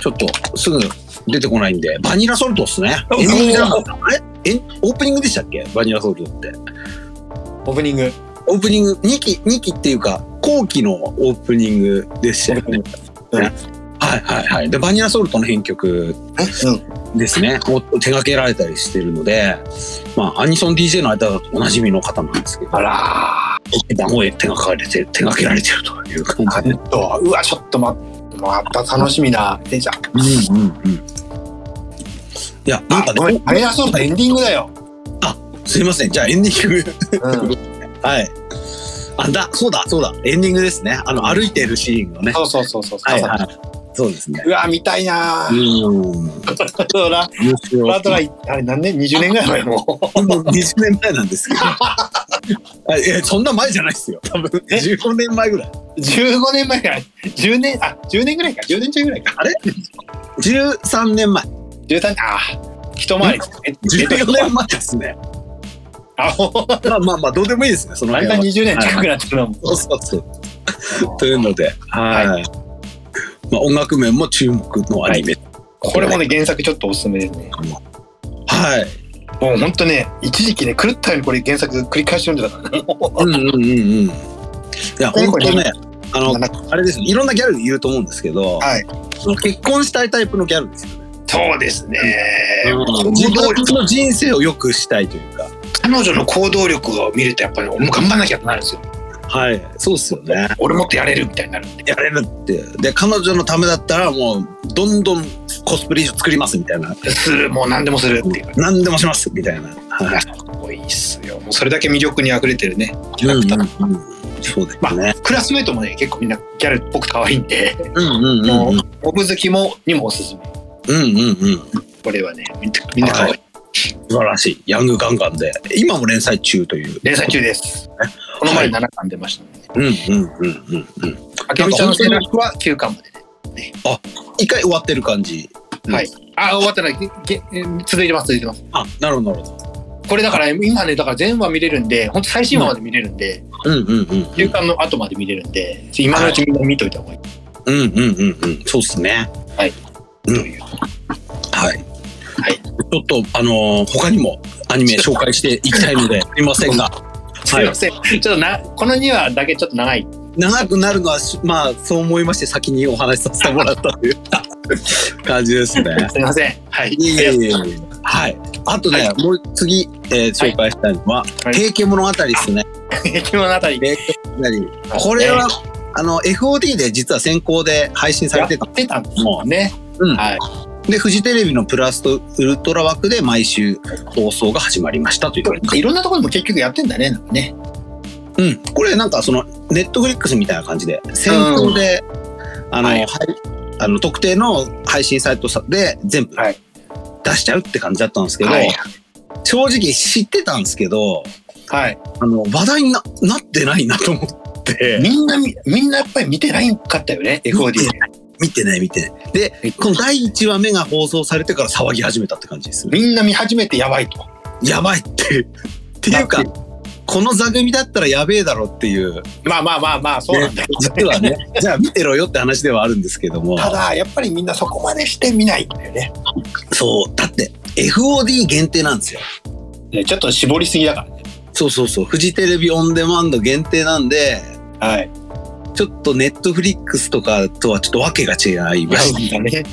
S1: ちょっとすぐ出てこないんで、バニラソルトですね。
S2: お
S1: エンディングじゃなかったあれえオープニングでしたっけバニラソルトって。
S2: オープニング。
S1: オープニング、2期、二期っていうか、後期のオープニングでしたよね。
S2: うん
S1: ねはいはいはい。で、バニラソルトの編曲
S2: うん。
S1: ですね、を手掛けられたりしてるので、まあ、アニソン DJ の間だとおなじみの方なんですけど、
S2: あら
S1: 番号へ手がかれて、手掛けられてるという感じで。
S2: ー。とうわ、ちょっとま、また楽しみな。えじゃ
S1: うんうんうん。いや、なんか
S2: あ、ごめ
S1: ね
S2: ん。、あれだそうだ、エンディングだよ。
S1: すいません、じゃあエンディング。
S2: <laughs> うん。
S1: はい。あ、だ、そうだ、そうだ、エンディングですね。あの、歩いているシーンのね。
S2: そうそうそうそう。
S1: はいはい。そうですね。
S2: うわ、見たいな
S1: う
S2: ー。
S1: ん。
S2: そうだ。
S1: 面白い
S2: あとは、あれ何年 ?20 年ぐらい前もう。
S1: もう20年前なん <laughs> ですけど。あいや、そんな前じゃないですよ。多分、
S2: え
S1: 15年前ぐらい。
S2: 15年前から、10年、あ、10年ぐらいか、10年中ぐらいか。
S1: 13年前。
S2: 13、あー、一回り。え
S1: 14年前です <laughs> ね。
S2: あ、もう、
S1: まあまあまあ、どうでもいいですね、その
S2: だん
S1: 辺
S2: だん
S1: は。
S2: 20年近くなってるのも。
S1: そうそうそう。というので、はい。まあ、音楽面も注目のアニメ。
S2: これもね、原作ちょっとおすすめですね。
S1: はい。
S2: もうほんとね、一時期ね、狂ったようにこれ原作繰り返し読んでたからね。
S1: うんうんうんうん。いや、
S2: これ
S1: 本当ね、あの、
S2: なんか
S1: あれですね、いろんなギャルいると思うんですけど、
S2: はい
S1: その結婚したいタイプのギャルですよね。
S2: そうですね。
S1: 自
S2: 行動力
S1: 分の人生を良くしたいというか。
S2: 彼女の行動力を見ると、やっぱり俺も頑張んなきゃってなるんですよ。
S1: はい。そうっすよね。
S2: 俺もっとやれるみたいになるんで。
S1: やれるって。で、彼女のためだったら、もう、どんどんコスプレ以上作りますみたいな。
S2: する、もう何でもするっていう。
S1: 何でもしますみたいな。はい
S2: いや、かっこいいっすよ。もうそれだけ魅力に溢れてるね、キャラクター。
S1: うんうんうん、そうですね。
S2: クラスメートもね、結構みんなギャルっぽく可愛いんで、
S1: うんうんうん
S2: も
S1: う
S2: うんモブ好きもにもおすすめ。
S1: うんうん。
S2: これはね、みんなみんな可愛い。
S1: は素晴らしい。ヤングガンガンで、今も連載中という。
S2: 連載中です。この前7巻出ましたね。
S1: うんうんうんうんうん。
S2: あけみちゃんの制作は9巻まで。
S1: 一回終わってる感じ。うん
S2: はい。あ、終わったら、げげえ続いてます、続いてます。
S1: あ、なるほど、なるほど。
S2: これだから、今ね、だから全話見れるんで、本当最新話まで見れるんで、
S1: うんうんうん。
S2: 休館の後まで見れるんで、今のうちみんな見といた方がいい
S1: うんうんうんうん。そうですね。
S2: という。
S1: はい。
S2: はい
S1: ちょっと、あのー他にもアニメ紹介していきたいので、すいません
S2: <laughs>
S1: が。
S2: すいません。ちょっとな、この2話だけちょっと長い。
S1: 長くなるのは、しまあ、そう思いまして、先にお話しさせてもらったという感じですね。
S2: すいません。 <laughs> はい。
S1: いえいえいえいえ
S2: ありがとうござます
S1: はい。あとね、
S2: はい
S1: もう次、えー紹介したいのは、
S2: はい
S1: 平家物語ですね。
S2: <laughs> 昨日のあたりで。
S1: 平家物語。これは、あの、FOD で実は先行で配信さ
S2: や
S1: れ
S2: ってて
S1: た。
S2: たんですもんね。
S1: うん。
S2: はい。
S1: で、フジテレビのプラスとウルトラ枠で毎週放送が始まりましたという。
S2: なんかいろんなところでも結局やってんだね、なんかね。
S1: うん。これなんかその、ネットフリックスみたいな感じで、先行で、あの、
S2: はい
S1: はいあの特定の配信サイトさで全部
S2: はい
S1: 出しちゃうって感じだったんですけど、
S2: はい
S1: 正直知ってたんですけど、
S2: はい。
S1: あの、話題にななってないなと思って、
S2: みんなみ、みんなやっぱり見てないかったよね、FOD
S1: 見て見てない見てない。で、
S2: で。
S1: この第1話目が放送されてから騒ぎ始めたって感じですね。
S2: みんな見始めてやばいと。
S1: やばいって。っていうか
S2: だ、
S1: この座組だったらやべえだろっていう、
S2: まあまあまあまあ、そうなんだけど、
S1: 実は <laughs> ね、じゃあ見てろよって話ではあるんですけども、
S2: ただ、やっぱりみんなそこまでして見ないんだよね。
S1: そう、だって FOD 限定なんですよ。
S2: ねちょっと絞りすぎだからね。
S1: そうそうそう、フジテレビオンデマンド限定なんで、
S2: はい。
S1: ちょっとネットフリックスとかとはちょっと訳が違いま
S2: <laughs> な
S1: し
S2: んかね、
S1: て、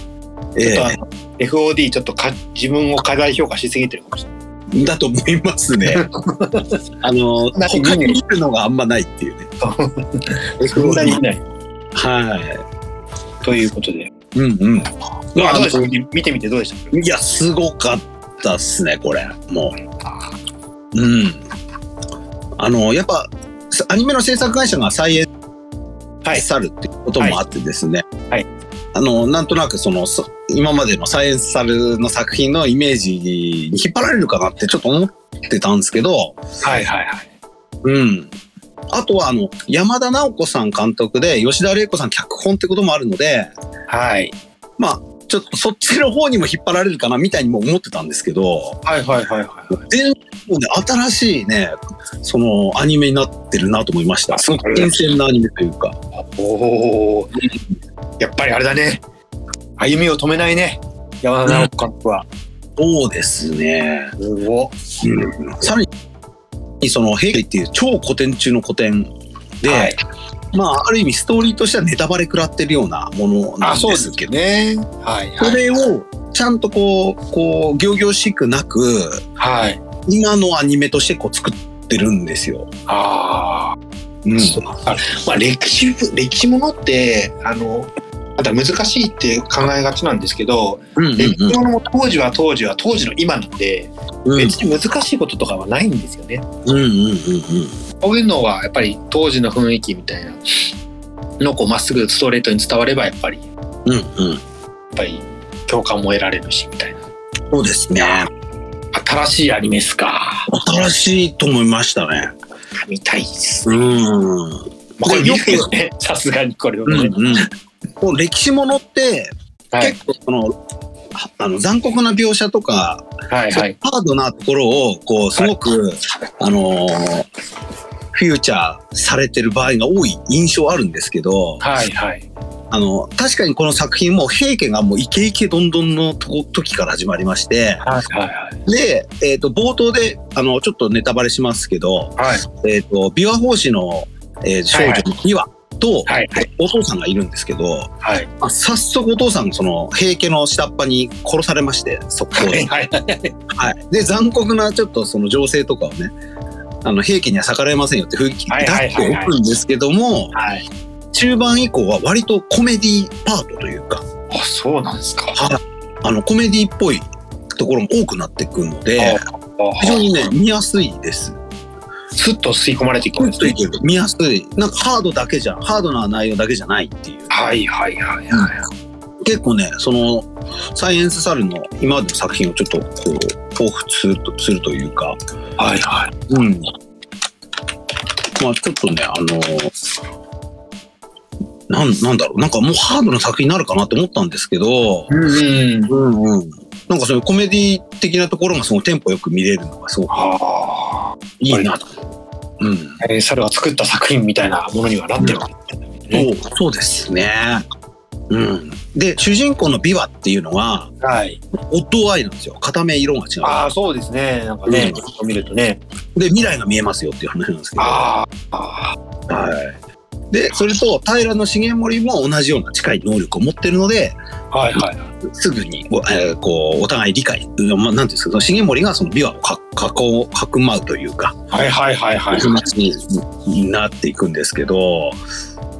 S2: ちょっとあの FOD ちょっとか自分を過大評価しすぎてるかもしれない。
S1: だと思いますね。 <laughs> あの、
S2: なに
S1: 他に見るのがあんまないっていうね。
S2: そんなに見ない。
S1: は
S2: ということで。
S1: い。うんうん。
S2: ま
S1: ま
S2: あ、
S1: あ
S2: どうでした見てみてどうでした
S1: いや、すごかったっすね、これ。もう。うん。あの、やっぱ、アニメの制作会社が再演
S2: はい
S1: さるっていうこともあってですね。
S2: はい
S1: あの、なんとなくその、そ今までの再演さるの作品のイメージに引っ張られるかなってちょっと思ってたんですけど、
S2: はいはいはい。
S1: うん。あとは、あの、山田直子さん監督で、吉田玲子さん脚本ってこともあるので、
S2: はい。
S1: まあ、ちょっとそっちの方にも引っ張られるかなみたいにも思ってたんですけど、
S2: はいはいはいはい。
S1: 全然もうね、新しいね、そのアニメになってるなと思いました。
S2: あ
S1: すごく新鮮なアニメというか。
S2: おお。やっぱりあれだね。歩みを止めないね。山田直子監督は。
S1: そうですね。
S2: すご
S1: さらに、その、平家っていう超古典中の古典で、
S2: はい
S1: まあ、ある意味ストーリーとしてはネタバレ食らってるようなものなんですけど、
S2: ね。はい
S1: そ
S2: はい。
S1: れをちゃんとこう、こう、行々しくなく、
S2: はい。
S1: 今のアニメとしてこう作ってるんですよ。
S2: ああ。
S1: うん
S2: そうあまあ歴史、歴史ものって、あの、また難しいって考えがちなんですけど、
S1: うんうん
S2: 歴史ものも当時は当時は当時の今なんで、
S1: うん
S2: 別に難しいこととかはないんですよね。
S1: うんうんうんうん。
S2: こういうのはやっぱり当時の雰囲気みたいなのをこうまっすぐストレートに伝わればやっぱりやっ
S1: うんうん。
S2: ぱり共感も得られるしみたいな
S1: そうですね。
S2: 新しいアニメっすか
S1: 新しいと思いましたね。
S2: 見たいっす、
S1: うん。
S2: まあ、これ見ないよね <laughs> さすがにこれは
S1: うんう
S2: ね、
S1: ん。こう歴史ものって、
S2: はい
S1: 結構その、はあの残酷な描写とか、
S2: はいはい
S1: ハードなところを、こう、すごく、あのーフューチャーされてる場合が多い印象あるんですけど、
S2: はいはい
S1: あの、確かにこの作品も平家がもうイケイケどんどんのとこ時から始まりまして、
S2: はいはい
S1: で、えっ、と、冒頭で、あの、ちょっとネタバレしますけど、
S2: はい
S1: えっ、と、琵琶法師の、えー少
S2: はいは
S1: 女
S2: い
S1: の琵琶と、
S2: はいはい
S1: お父さんがいるんですけど、
S2: はい
S1: あ早速お父さんその平家の下っ端に殺されまして速攻で,、
S2: はい
S1: はい、で残酷なちょっとその情勢とかをねあの平家には逆らえませんよって雰囲気だ
S2: は
S1: っ
S2: いはいはいはい
S1: ておくんですけども
S2: はい
S1: 中盤以降は割とコメディパートというか
S2: あそうなんですか
S1: あのコメディっぽいところも多くなってくるので非
S2: 非
S1: 常にね見やすいです。
S2: スッと吸い込まれていくんですね
S1: 見やすいなんかハードだけじゃハードな内容だけじゃないっていう。
S2: はいはいはいはい
S1: 結構ねそのサイエンスサルの今までの作品をちょっとこう彷彿するとするというか、
S2: はいはい
S1: うん、まあちょっとねあのなんなんだろうなんかもうハードな作品になるかなと思ったんですけど、
S2: うんうん。
S1: うんうん、なんかそういうコメディ的なところがそのテンポよく見れるのがすごく
S2: ああ。
S1: いいなと。うん、
S2: えー猿が作った作品みたいなものにはなってるわけだよね。
S1: そうそうですね。うん、で主人公のビワっていうのは
S2: はい。
S1: 夫愛なんですよ片目色が違
S2: ああ、そうですね。なんかね、
S1: うん
S2: ちょっと見るとね。
S1: うで未来が見えますよっていう話なんですけど、は
S2: ああ。
S1: い、でそれと平重盛も同じような近い能力を持ってるので
S2: はいはい。
S1: すぐに、おえーこうお互い理解、うんまあ、なんていうんですかその重盛がそのビワをかかこうかくまうというか
S2: はいはいはいはい。
S1: うまくになっていくんですけど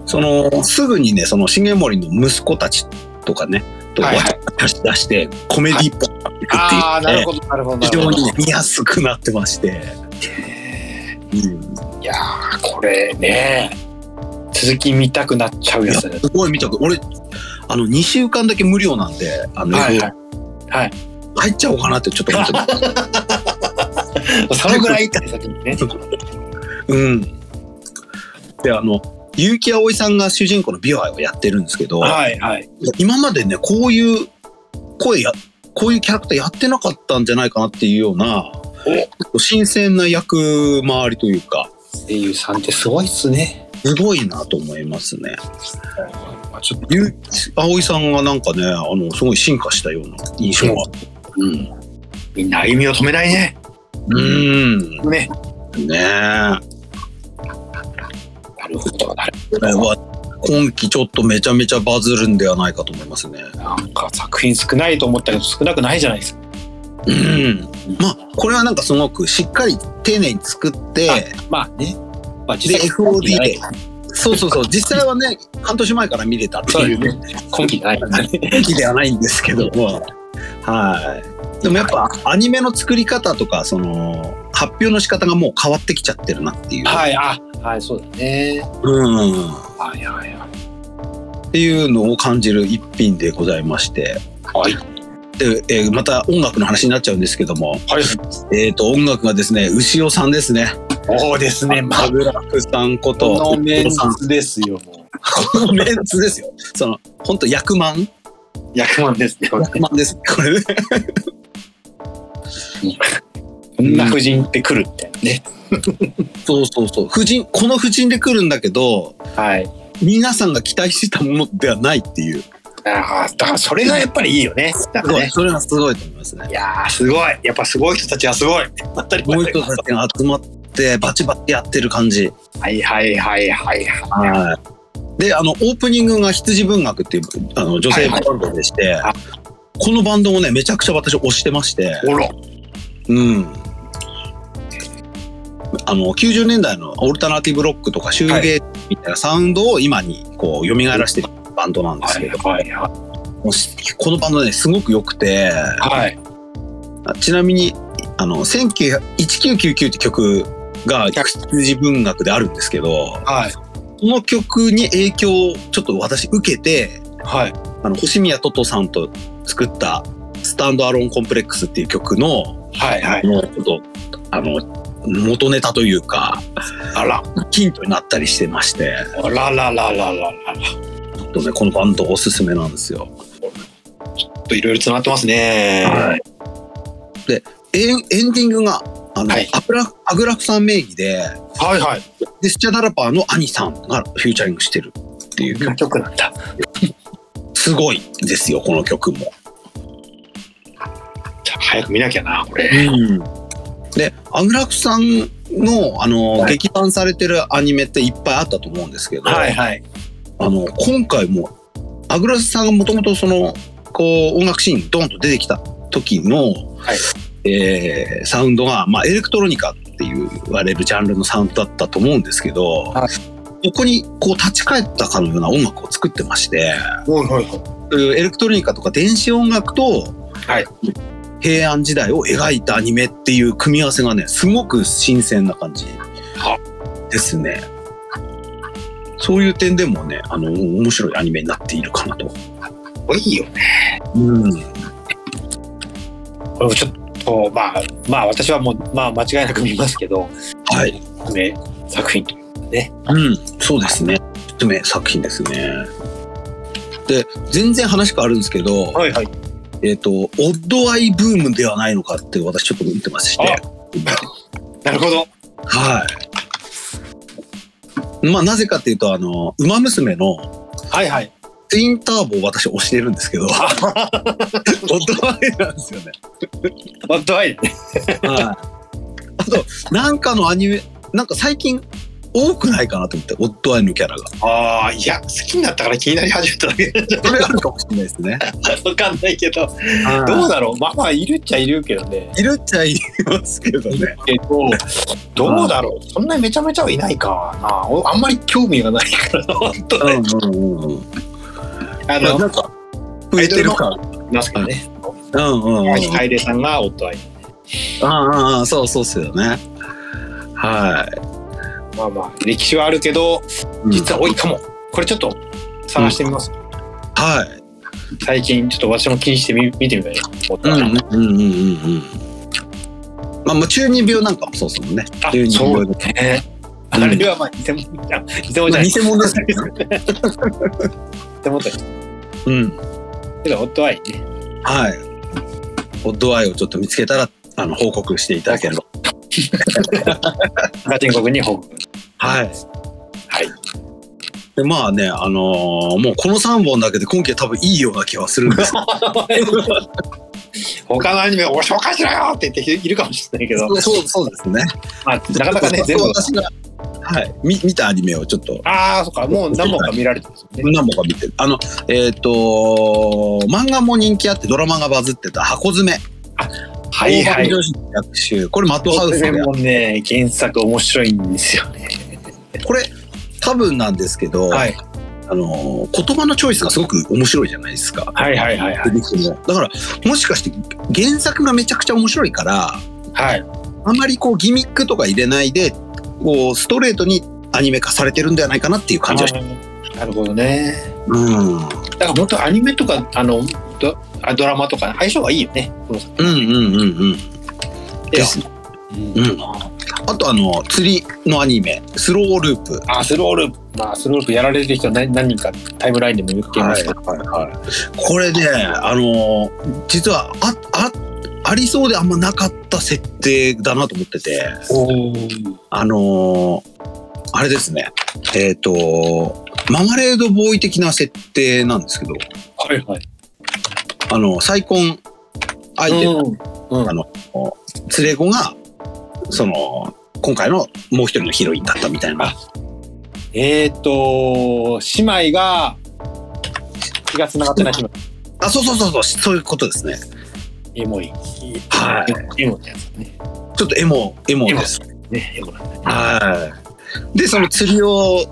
S1: そのすぐにねその重盛の息子たちとかねと
S2: はいはい
S1: 渡し出してコメディっぽくなっていくっていう、
S2: ああ、なるほど、なるほど。な
S1: 非
S2: るほ
S1: 常に
S2: ど
S1: ね見やすくなってまして、うん
S2: いやー、これね、続き見たくなっちゃうやつだね。
S1: すごい見たく俺あの2週間だけ無料なんであの、
S2: はいはい。
S1: 入っちゃおうかなってちょっと思ってます
S2: そのぐらいって先にね。
S1: うんであの結城葵さんが主人公の美愛をやってるんですけど
S2: はいはい。
S1: 今までねこういう声やこういうキャラクターやってなかったんじゃないかなっていうような新鮮な役回りというか
S2: 声優さんってすごいっすね。
S1: すごいなと思いますね。
S2: まあちょっと、
S1: ゆ葵さんがなんかねあのすごい進化したような印象が
S2: うん。みんな歩みを止めないね。
S1: うん
S2: ね。
S1: ねえ
S2: なるほど。なる
S1: これは今期ちょっとめちゃめちゃバズるんではないかと思いますね。
S2: ほどなんか作品少ないと思ったけど、少なくないじゃないですか。
S1: うん、まあこれはなんかすごくしっかり丁寧に作って
S2: まあね。まあ
S1: で FOD でそうそうそう実際はね半年前から見れたって
S2: そう
S1: い
S2: で
S1: う
S2: すね。今期じゃないからね。
S1: 気ではないんですけども、はい。でもやっぱアニメの作り方とかその発表の仕方がもう変わってきちゃってるなっていう、
S2: はい、あ、はい、そうだね。
S1: うん、っ
S2: はいはいはい。
S1: ていうのを感じる一品でございまして。
S2: はい。
S1: で、えーまた音楽の話になっちゃうんですけども、
S2: はい。
S1: えー、と音楽がですね牛尾さんですね。
S2: そうですね。ま
S1: マ
S2: あ、
S1: グラフさんこと
S2: このメ
S1: 牛
S2: ン
S1: 尾さん
S2: ツですよ、もう。
S1: このメンツですよ。その本当役満
S2: 役満ですね。
S1: 役満ですこれね。
S2: こんな夫人って来るみたいなね。
S1: そうそうそう。夫人この夫人で来るんだけど
S2: はい。
S1: 皆さんが期待してたものではないっていう。
S2: ああ、だからそれがやっぱりいいよね。だ
S1: す
S2: から
S1: ごい、
S2: ね。
S1: それはすごいと思いますね
S2: い。やー、すごい。やっぱすごい人たちはすごい。当たり
S1: も
S2: 前
S1: う人たちが集まってバチバチやってる感じ。
S2: はいはいはいはいは
S1: はい。で、あのオープニングが羊文学っていうあの女性バンドでして、
S2: いあ
S1: このバンドもねめちゃくちゃ私推してまして、
S2: い。おろ。
S1: うん。あの90年代のオルタナティブロックとかシューゲーみたいなサウンドを今にこう蘇らしてるバンドなんですけど、
S2: はいは
S1: もうしこのバンドねすごく良くて、
S2: い。はい。
S1: あちなみにあの1900 1999って曲が羊文学であるんですけど
S2: はい。
S1: この曲に影響をちょっと私受けて
S2: はい。
S1: あの星宮トトさんと作った「スタンドアローンコンプレックス」っていう曲の
S2: はいはい。
S1: もうちょっとあの元ネタというか
S2: あら。
S1: ヒントになったりしてまして
S2: あららららららら。ち
S1: ちょっと、ね、このバンドおすすめなんですよ。
S2: ょっといろいろ繋がってますね。
S1: はいでエンエンディングがあの、
S2: はい
S1: アグラアグラフさん名義で
S2: はいはい。
S1: でスチャダラパーの兄さんがフューチャリングしてるっていう曲
S2: 曲なんだ。
S1: すごいですよ、この曲も。
S2: じゃあ早く見なきゃな、これ。
S1: で、アグラフさんの、あの、
S2: はい
S1: 劇版されてるアニメっていっぱいあったと思うんですけど、
S2: はい。
S1: あの、今回も、アグラフさんがもともとその、こう、音楽シーンにドンと出てきた時の、
S2: はい
S1: えーサウンドが、まあ、エレクトロニカって言われるジャンルのサウンドだったと思うんですけど、
S2: は
S1: ここにこう立ち返ったかのような音楽を作ってまして、
S2: はいはいはい。
S1: そういうエレクトロニカとか電子音楽と、
S2: はい
S1: 平安時代を描いたアニメっていう組み合わせがねすごく新鮮な感じ
S2: は
S1: ですね。そういう点でもねあの面白いアニメになっているかなと。
S2: いいよね。
S1: うん、
S2: これもちょっと、まあ、まあ私はもう、まあ間違いなく見ますけど、
S1: はい、
S2: ね、作品と。
S1: うん、そうですね。つ目作品ですね。で全然話変わるんですけど、
S2: はいはい。
S1: えっ、とオッドアイブームではないのかって私ちょっと見てまして、
S2: あなるほど。
S1: はい。まあなぜかっていうとあの馬娘の
S2: はいはい。
S1: ツインターボを私推してるんですけど、オッドアイなんですよね。
S2: バッドアイ。
S1: はい。あとなんかのアニメなんか最近多くないかなと思ってオッドアイのキャラが。
S2: ああ、いや、好きになったから気になり始めただけ <laughs> じゃ
S1: それあるかもしれないですね。
S2: わかんないけど、ど
S1: ど
S2: う
S1: う
S2: だろう。まあまあ、いるっちゃいるけどね。
S1: いるっちゃいますけどね。
S2: けど、どうだろう。そんなにめちゃめちゃはいないかな。おあんまり興味がないから、 <laughs> 本当ね。
S1: うんうんうんうん。
S2: あ
S1: まあ
S2: の、
S1: なんか増えてるから。
S2: ますけどね。
S1: うんうんうん。
S2: 楓さんが夫愛。
S1: ああああそうそうっすよね。は
S2: まあまあ、歴史はあるけど、
S1: い。
S2: 実は多いかも。これちょっと探してみます。
S1: はい。
S2: 最近、ちょっと私も気にしてみ見てみよう
S1: う
S2: と
S1: ん
S2: 思
S1: う
S2: った。
S1: んうんうんうん。まあ、もう中二病なんかもそうですもんね。
S2: あ
S1: 中二
S2: そう
S1: 病
S2: だね。 <laughs> あ
S1: うん
S2: れはまあ偽物じゃん。偽物
S1: ま
S2: じゃ
S1: あ
S2: ない。
S1: 偽物ですね。
S2: 偽物だ
S1: うん。
S2: けど、夫愛ね。
S1: はい。オッドアイをちょっと見つけたら、あの、報告していただければ。
S2: ガチンコ君に報告。
S1: はい。
S2: はい。
S1: で、まあね、あのーもうこの3本だけで今季は多分いいような気はするんです
S2: <laughs>
S1: け
S2: 他のアニメを紹介しろよって言っているかもしれないけど、
S1: ど。そう、そうですね。
S2: まあ、なかなかね、全部。
S1: 私が、はい。見見たアニメをちょっと
S2: ああ、そっか、もう何本か見られてるんですよね。
S1: 何本か見てる。あの、えっ、と、漫画も人気あってドラマがバズってた箱詰め。
S2: はいは
S1: 大
S2: い。
S1: 女子の逆襲。これマットハ
S2: こ
S1: ウスで
S2: れ。もね、原作面白いんですよね。
S1: これ、多分なんですけど、
S2: はい。
S1: あの、言葉のチョイスがすごく面白いじゃないですか。
S2: はいはいはいはい。
S1: だから、もしかして原作がめちゃくちゃ面白いから、
S2: はい。
S1: あまりこうギミックとか入れないで、こうストレートにアニメ化されてるんではないかなっていう感じがして。
S2: なるほどね。
S1: うん。うん
S2: だから本当アニメとか、あの、ドあドラマとか相性がいいよね。
S1: うんうんうん。です
S2: うん
S1: うんあとあの、釣りのアニメ、スローループ。
S2: あ、スローループ。まあ、スローループやられてる人は何何人かタイムラインでも言っていま
S1: は
S2: す
S1: い
S2: けど。
S1: はいはい、これね、あのー実はああありそうであんまなかった設定だなと思ってて、
S2: おー
S1: あのーあれですね、えっ、と、ママレードボーイ的な設定なんですけど、
S2: はいはい。
S1: あの、再婚相手の
S2: うんうん
S1: あ連れ子が、その、今回のもう一人のヒロインだったみたいな。
S2: えー、と、姉妹が、気が繋がってない姉妹。
S1: あ、そうそうそうそう、そういうことですね。
S2: エモい。。
S1: はい
S2: エモってやつね。
S1: ちょっとエモ、エモです。
S2: ね、エモなんだね
S1: はい。で、その釣りを、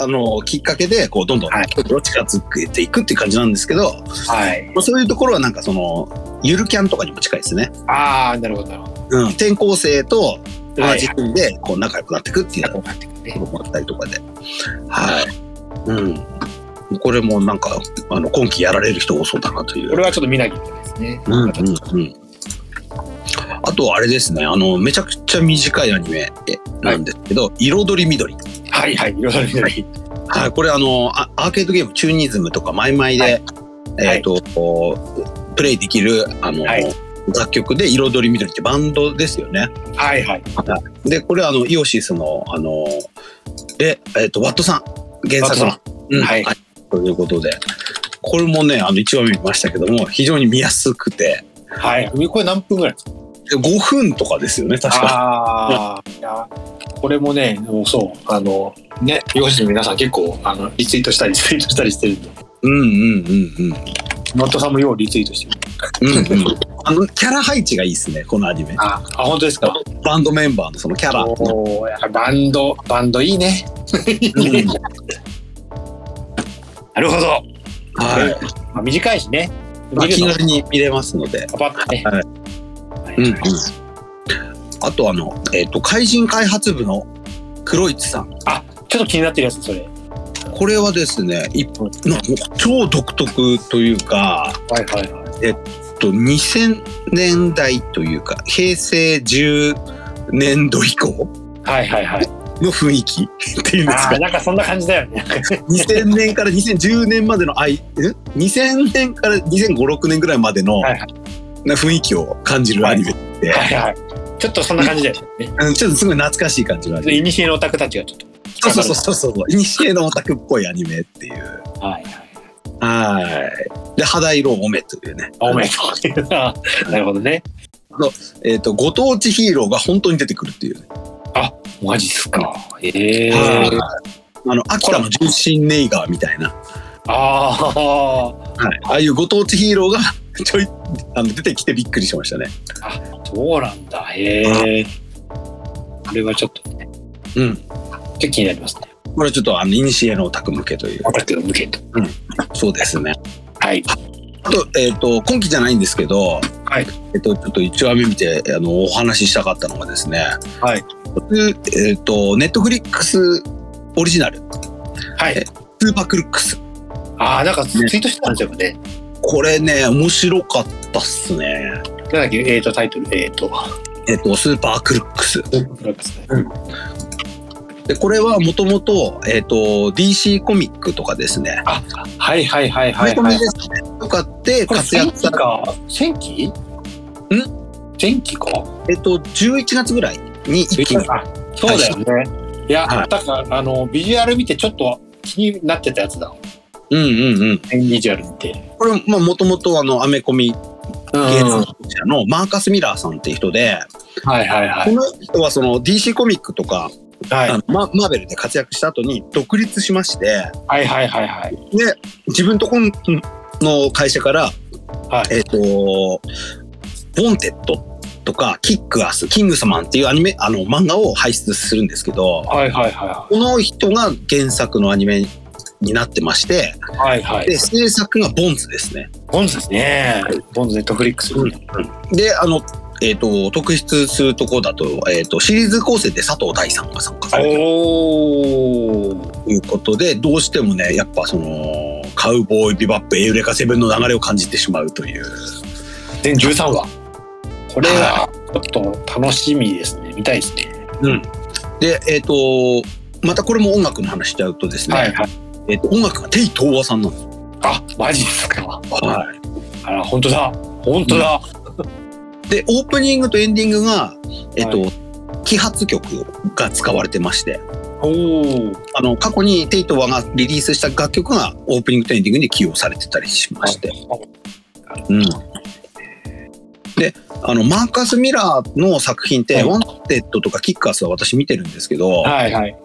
S1: あの、きっかけで、こう、どんどん、
S2: はい
S1: どっちが作っていくっていう感じなんですけど、
S2: はい。
S1: まあ、そういうところはなんかその、ゆるキャンとかにも近いですね。
S2: ああ、なるほど、なるほど。
S1: うん。転校生と同
S2: はい
S1: じ組で、こう、仲良くなっていくっていうところもあったりとかで。はい。うん。これもなんか、あの、今期やられる人多そうだなという。
S2: これはちょっと見なきゃいけないですね。
S1: うんうんうん。あと、あれですね。あの、めちゃくちゃ短いアニメなんですけど、彩り緑。
S2: はいはい、彩り緑。
S1: はい、これあのあアーケードゲームチューニズムとかマイマイで、
S2: はい
S1: えっ、と、こうプレイできるあの、
S2: はい
S1: 楽曲で彩り緑ってバンドですよね。
S2: はいはい。
S1: でこれあのイオシスのあのでえっ、とワットさん原作
S2: ワ
S1: の、うん
S2: はい
S1: ということでこれもねあの一話目見ましたけども非常に見やすくて
S2: はい。これ何分ぐらいですか
S1: で5分とかですよね確か。
S2: ああ、いや、これもね、もうそう、あの、ね、漁師の皆さん結構、あの、リツイートしたり、リツイートしたりしてるんで、
S1: うんうんうんうん
S2: マットさんもようリツイートしてる。
S1: うんうん。 <laughs> あのキャラ配置がいいですねこのアニメ。
S2: ああ、本当ですか。
S1: バンドメンバーのそのキャラ。
S2: おお、やっぱバンド、バンドいいね。
S1: うん
S2: なるほど。
S1: はい。
S2: まあ、短いしね。
S1: まあ、
S2: 見る
S1: 気
S2: の
S1: 軽に見れますので。
S2: パパッとね。
S1: うんうんあとあの、えっ、と、怪人開発部の黒市さん。
S2: ちょっと気になってるやつ、それ。は
S1: これはですね、一なんかもう超独特というか、
S2: いはいはい。
S1: えっと2000年代というか、平成10年度以降
S2: はいはいはい。
S1: の雰囲気っていうんです
S2: あ
S1: か
S2: あ、なんかそんな感じだよね。
S1: 2000年から2010年までの愛え2000年から2056年ぐらいまでの
S2: はいは
S1: な雰囲気を感じるアニメって、
S2: はいはい。ちょっとそんな感じだよね。
S1: うんちょっとすごい懐かしい感じのアニメ
S2: いにしえのオタクたちがちょっと。
S1: そうそうそうそうそういにしえのオタクっぽいアニメっていう
S2: はいはい。
S1: はいで肌色おめというね
S2: おめでとう。あ <laughs> なるほどね。
S1: えっ、とご当地ヒーローが本当に出てくるっていうね、
S2: マジっすか。ええ
S1: はいあの秋田の純真ネイガーみたいな、
S2: ああ、
S1: はい、ああいうご当地ヒーローが <laughs> ちょいあの出てきてびっくりしましたね
S2: そうなんだ。へえ。これはちょっとね、
S1: うん
S2: ちょっと気になりますね。
S1: これはちょっとあのいにしえのオタク向けという
S2: オタク向けと。
S1: そうですね
S2: はい。
S1: あと、えっ、と、今期じゃないんですけど、
S2: はい。
S1: えっ、と、ちょっと一話目見て、あの、お話ししたかったのがですね。
S2: はい。
S1: えっ、と、ネットフリックスオリジナル、
S2: はい。
S1: スーパークルックス。
S2: ああ、なんかツイートしてたんですよね。
S1: これね、面白かったっすね。
S2: なんだっけ、えっ、と、タイトル、えっ、と、
S1: えっ、と、スーパークルックス。
S2: ブラックスね
S1: で、これはもともと、えっ、と、DC コミックとかですね。
S2: はいはいはいはい、
S1: コミコミ
S2: はい。
S1: ですね。とかって
S2: これ
S1: 活
S2: 戦
S1: 躍し
S2: 記
S1: た。
S2: か戦記ん戦記か
S1: えっ、と、11月ぐらいに一気に。
S2: あそうだよね。いや、
S1: はい
S2: だから、あの、ビジュアル見てちょっと気になってたやつだ。
S1: うんうんうん。
S2: ビジュアル見て。
S1: これ、まあ、もともと、あの、アメコミ
S2: うん
S1: 芸術者のマーカス・ミラーさんっていう人で、
S2: はいはいは
S1: こ
S2: い。
S1: の人はその DC コミックとか、
S2: はい
S1: あのママーベルで活躍した後に独立しまして
S2: はいはいはいはい。
S1: で自分とこのの会社から、
S2: はい
S1: えっ、と「ボンテッド」とか「キックアス」「キングスマン」っていうアニメあの漫画を輩出するんですけど
S2: はいはいは
S1: この人が原作のアニメになってまして
S2: い。はいはい。
S1: で制作がボンズですね。
S2: ボンズですね。ボンズネットフリックス。
S1: うんであのえっと特筆するとこだと,、えっとシリーズ構成で佐藤大さんが参加されてる
S2: おー。
S1: ということでどうしてもねやっぱそのカウボーイビバップエウレカセブンの流れを感じてしまうという
S2: 全13話。これは、ちょっと楽しみですね。見たいですね。
S1: でえっ、とまたこれも音楽の話しちゃうとですね、
S2: はい。
S1: えっと音楽がテイ東和さんなんです
S2: あ、マジですか。
S1: は
S2: あら、本当だ。本当だ。
S1: い、でオープニングとエンディングが、えっと
S2: は
S1: 揮発曲が使われてまして
S2: おお。
S1: あの過去にテイ東和がリリースした楽曲がオープニングとエンディングに起用されてたりしまして、うん、であのマーカス・ミラーの作品って「
S2: はい
S1: ワンテッド」とか「キックアス」は私見てるんですけど、
S2: はいはい。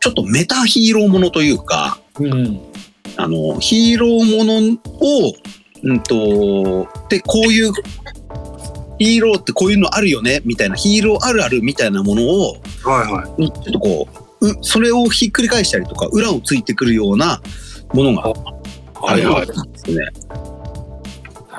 S1: ちょっとメタヒーローものというか、
S2: うん。
S1: あの、ヒーローものを、うんと、で、こういう、ヒーローってこういうのあるよね、みたいな、ヒーローあるあるみたいなものを、
S2: はいはい。
S1: うんちょっとこう、うそれをひっくり返したりとか、裏をついてくるようなものがあるわけなんですね。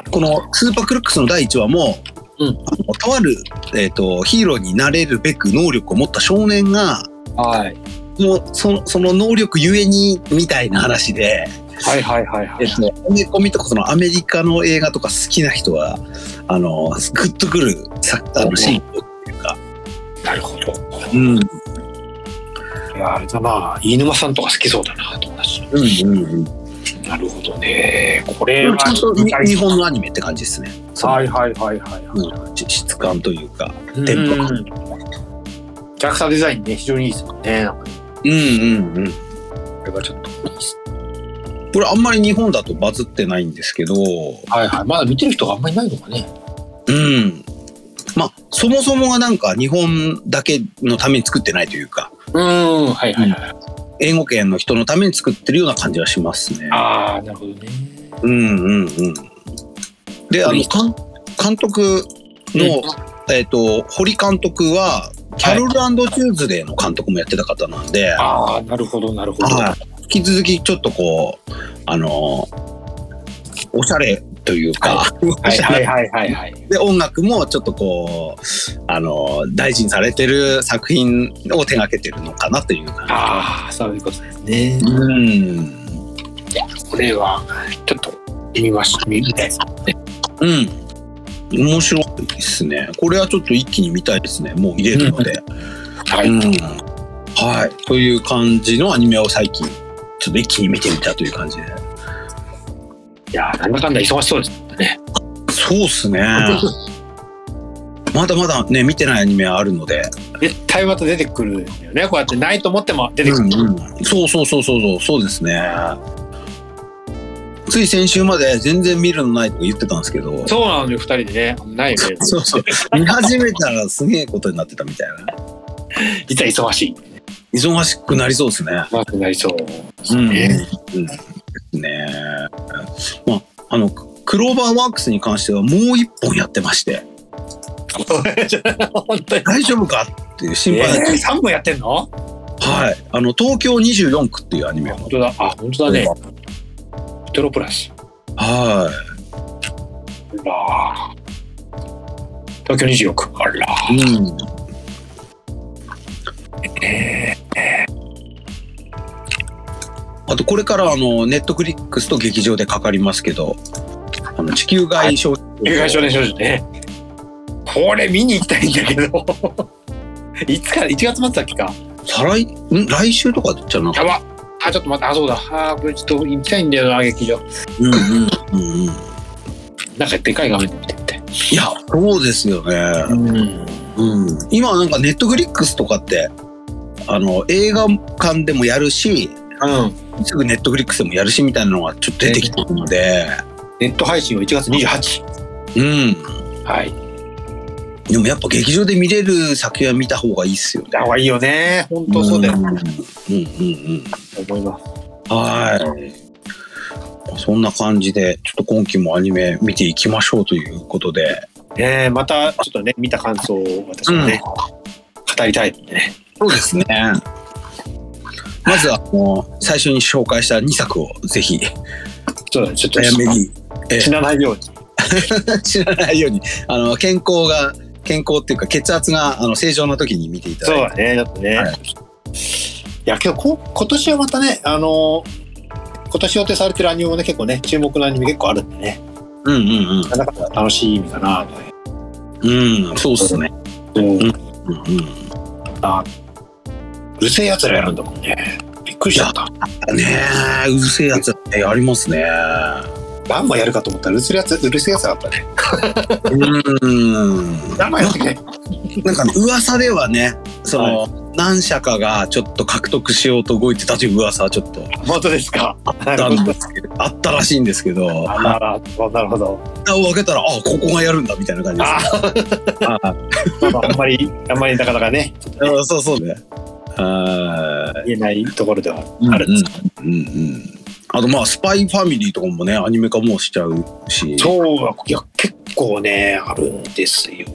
S1: このスーパークルックスの第1話も、
S2: うん
S1: あのとある、えっとヒーローになれるべく能力を持った少年が
S2: はい。
S1: もうそのその能力ゆえにみたいな話で、
S2: はいはいはいは
S1: え
S2: い。
S1: っと、アメコミとかそのアメリカの映画とか好きな人はあのグッとくるサッカーのシーンっていうか、
S2: なるほど。
S1: うん
S2: いや、あれだな。飯沼さんとか好きそうだな、友達。
S1: うんうんうん、
S2: なるほどね。これは
S1: ちゃんとに日本のアニメって感じですね、
S2: はいはいはいはい。
S1: うん、し質感というか、
S2: うん
S1: テンポ
S2: キャラクターデザインね、非常にいいですよね。
S1: うんうんうん、
S2: これはちょっと。
S1: これあんまり日本だとバズってないんですけど、
S2: はいはい。まだ見てる人があんまりいないのかね。
S1: うんまあ、そもそもがなんか日本だけのために作ってないというか
S2: うん、はいはいはい。
S1: 英語圏の人のために作ってるような感じはしますね。
S2: ああ、なるほどね。
S1: うんうんうん。で、あ
S2: これ
S1: の、監監督の、えっ、と、堀監督は、キャロルチューズデーの監督もやってた方なんで、
S2: ああ、なるほどなるほど。
S1: はい引き続きちょっとこう、あの、おしゃれというか、
S2: はいはいはいはいはい。
S1: で、音楽もちょっとこう、あの、大事にされてる作品を手がけてるのかなというか。
S2: ああ、そういうことですね。
S1: うん。
S2: これは、ちょっと見ました。見たいです。
S1: うん。面白いですね。これはちょっと一気に見たいですね。もう見れるので。
S2: は
S1: うん、はい。という感じのアニメを最近、ちょっと一気に見てみたという感じで。
S2: いやーなんだかんだ忙しそうです。
S1: そうっ <laughs> すね。まだまだね、見てないアニメはあるので。
S2: 絶対また出てくるよね。こうやってないと思っても出てく
S1: う
S2: る。
S1: んうん、そうそうそうそうそう、そうですね。つい先週まで全然見るのないとか言ってたんですけど、
S2: そうなのよ、二人でね。ない <laughs> よね。
S1: そうそう。見始めたらすげえことになってたみたいな。
S2: 実は忙しい。
S1: 忙しくなりそうですね。
S2: まくなりそう。
S1: うん。
S2: ね
S1: うんねえ。まあ、あの、クローバーワークスに関してはもう一本やってまして、
S2: <laughs> 本当に。
S1: 大丈夫かっていう心配なんです、
S2: えー、三本やってんの？
S1: はい。あの、東京24区っていうアニメを
S2: 本当だ。あ、本当だね。メトロプラス。
S1: は
S2: あら。東京二十億。あら。
S1: い。うん。あと、これから、あの、ネットフリックスと劇場でかかりますけど、あの、地球外少
S2: 映画少年少女ね。これ見に行きたいんだけど。いつから一月末だっけか。
S1: 再来、ん来週とかじゃなくて
S2: やば。あ、ちょっと待って。あ、そうだ。あ、これちょっと行きたいんだよな劇場。
S1: うんうんうんうん。
S2: なんかでかい画面で見てみて。
S1: いや、そうですよね。
S2: ん。
S1: うん。今、なんか、ネットフリックスとかって、あの、映画館でもやるし、
S2: うん。
S1: すぐネットフリックスでもやるしみたいなのがちょっと出てきてるので、
S2: ネット配信は1月28。
S1: うん。
S2: はい。
S1: でもやっぱ劇場で見れる作品は見た方がいいっすよね。
S2: だがいいよね。本当そうだよ。
S1: うんうんうん。
S2: 思います。
S1: はい。そんな感じで、ちょっと今期もアニメ見ていきましょうということで。
S2: ねえ、またちょっとね、見た感想を私もね、語りたいんでね。
S1: そうですね。まずは、もう、最初に紹介した2作をぜひ、
S2: そうだね、ちょっと
S1: 早めに、ええ
S2: 死なないよう
S1: <laughs>
S2: に。
S1: 知らないように、あの、健康が、健康っていうか血圧があの正常な時に見ていた
S2: そう
S1: だい
S2: だね、だってね。
S1: はい
S2: い、や、けどこ、今年はまたね、あの今年予定されてるアニメもね、結構ね、注目のアニメ結構あるんでね、
S1: て。うんうん
S2: なかなか楽しい意味かなとね。
S1: うん。うん、そうっすね。
S2: う
S1: んう
S2: ん
S1: んうん。
S2: あうるせえやつらやるんだもんね。びっくりしちゃった。
S1: ねえ、うるせえやつってありますね。
S2: バンバンやるかと思ったらうるせえやつ、うるせえやつだったね。
S1: うん。
S2: バンバンやってくれ。
S1: なんかね噂ではね、その、何社かがちょっと獲得しようと動いてたという噂はちょっと
S2: 本当ですか。な
S1: あったんですけど、あったらしいんですけど、
S2: あなるほどなるほど。
S1: 蓋を開けたら、あ、ここがやるんだみたいな感じです
S2: あ
S1: ね。あ
S2: まああんまり、あんまりなかなかね、ちょっとね
S1: そうそうね。あ
S2: 言えないところでは
S1: ー
S2: あるんですか。
S1: うんうんうん。あとまあ、スパイファミリーとかもね、アニメ化もうしちゃうし、
S2: そう、いや、結構ね、あるんですよ。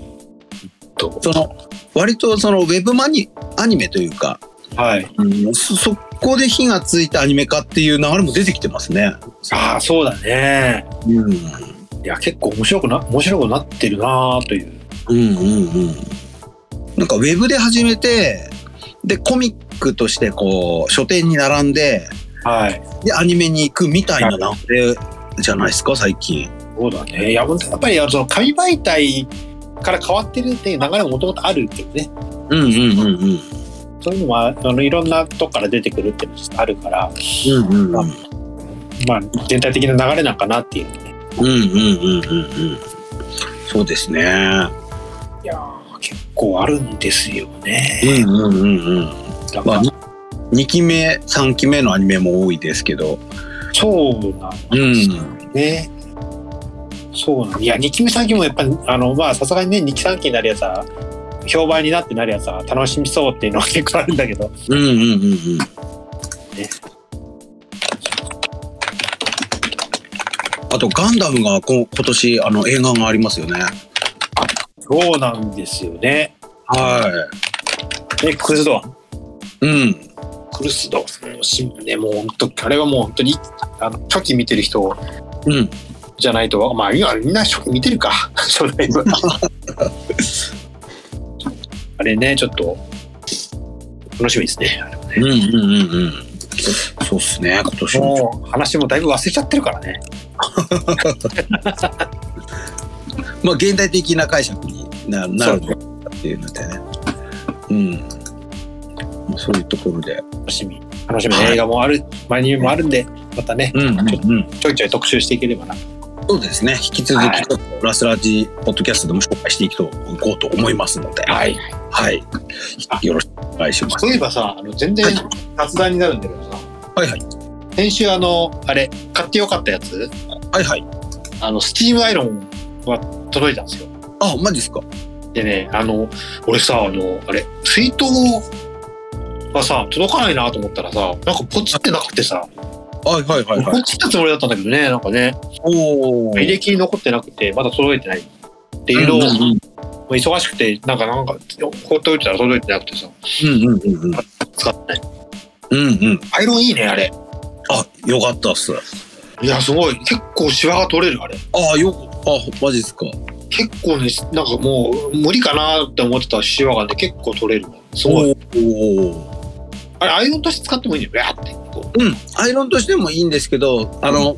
S2: と
S1: その、割とそのウェブマニアニメというか、
S2: はい。
S1: うん、そそこで火がついたアニメ化っていう流れも出てきてますね。
S2: ああ、そうだね。
S1: うん、うん
S2: いや、結構面白くな、面白くなってるなあという。
S1: うんうんなんかウェブで始めてでコミックとしてこう書店に並んで
S2: はい。
S1: でアニメに行くみたいな流れじゃないですか最近。
S2: そうだね。いや、本当やっぱり、あのその紙媒体から変わってるっていう流れももともとあるけどね。
S1: うんうんうんうん
S2: そういうのは、あの、いろんなとこから出てくるっていうのもあるから、
S1: うんうんうん
S2: まあ、全体的な流れなんかなっていう。
S1: うんうんうんうんそうですね。
S2: いやー結構あるんですよ
S1: う
S2: ね。
S1: んうんうんうん。
S2: だか
S1: ま
S2: ら
S1: あ2期目3期目のアニメも多いですけど。
S2: そうなん
S1: うん
S2: ね。そうなんいや、2期目3期もやっぱり、あの、まあ、さすがにね、2期3期になるやつは、評判になってなるやつは楽しみそうっていうのは結構あるんだけど。
S1: うんうんうんうん。あとガンダムがこ今年あの映画がありますよね。
S2: そうなんですよね。
S1: は
S2: ね、クルスドアン。
S1: い。うん。
S2: クルスドアンの新ね、もう本当、あれはもう本当に、あの、初期見てる人
S1: うん。
S2: じゃないと、まあ、今みんな初期見てるか。 <laughs> 初代は。 <laughs> あれね、ちょっと、楽しみですね。
S1: うんうんうんうん。そうっすね。今年も。
S2: <laughs> もう、話もだいぶ忘れちゃってるからね。
S1: まあ現代的な解釈にななるっていうのでね。うん。まあそういうところで。
S3: 楽しみ。楽しみ、
S1: はい
S3: 映画もある、マニューもあるんで、またね、
S1: うんうんうん。
S3: ちょいちょい特集していければな。
S1: そうですね。引き続
S3: は
S1: き、ちょっとラスラジポッドキャストでも紹介していこうと思いますので、
S3: はい。
S1: はい。よろしくお願いします。
S2: そういえばさ、あの全然雑談になるんだけどさ、
S1: はいはい。
S2: 先週あの、あれ、買ってよかったやつ、
S1: はいはい。
S2: あの、スチームアイロンは届いたんですよ。
S1: あ、マジですか。
S2: でね、あの、俺さ、あの、あれ、水筒がさ、届かないなと思ったらさ、なんかポチってなくてさ、
S1: はいはいはいは
S2: ポ
S1: い。
S2: チったつもりだったんだけどね、なんかね、
S1: おお。
S2: 履歴に残ってなくて、まだ届いてないっていうのを、
S1: うん
S2: 忙しくて、なんか、なんか、放っておいてたら届いてなくてさ、
S1: うんうんうんうん。
S2: 使ってない。
S1: うんうん。
S2: アイロンいいね、あれ。
S1: あ、よかったっす。
S2: いや、すごい。結構シワが取れる、あれ。
S1: あ、よ、あ、マジですか。
S2: 結構ね、なんかもう、無理かなって思ってたシワがね、結構取れるわ。すご
S1: お
S2: い。
S1: ー
S2: あれ、アイロンとして使ってもいいんだよ、ビャーって。こ
S1: うん。アイロンとしてもいいんですけど、あの、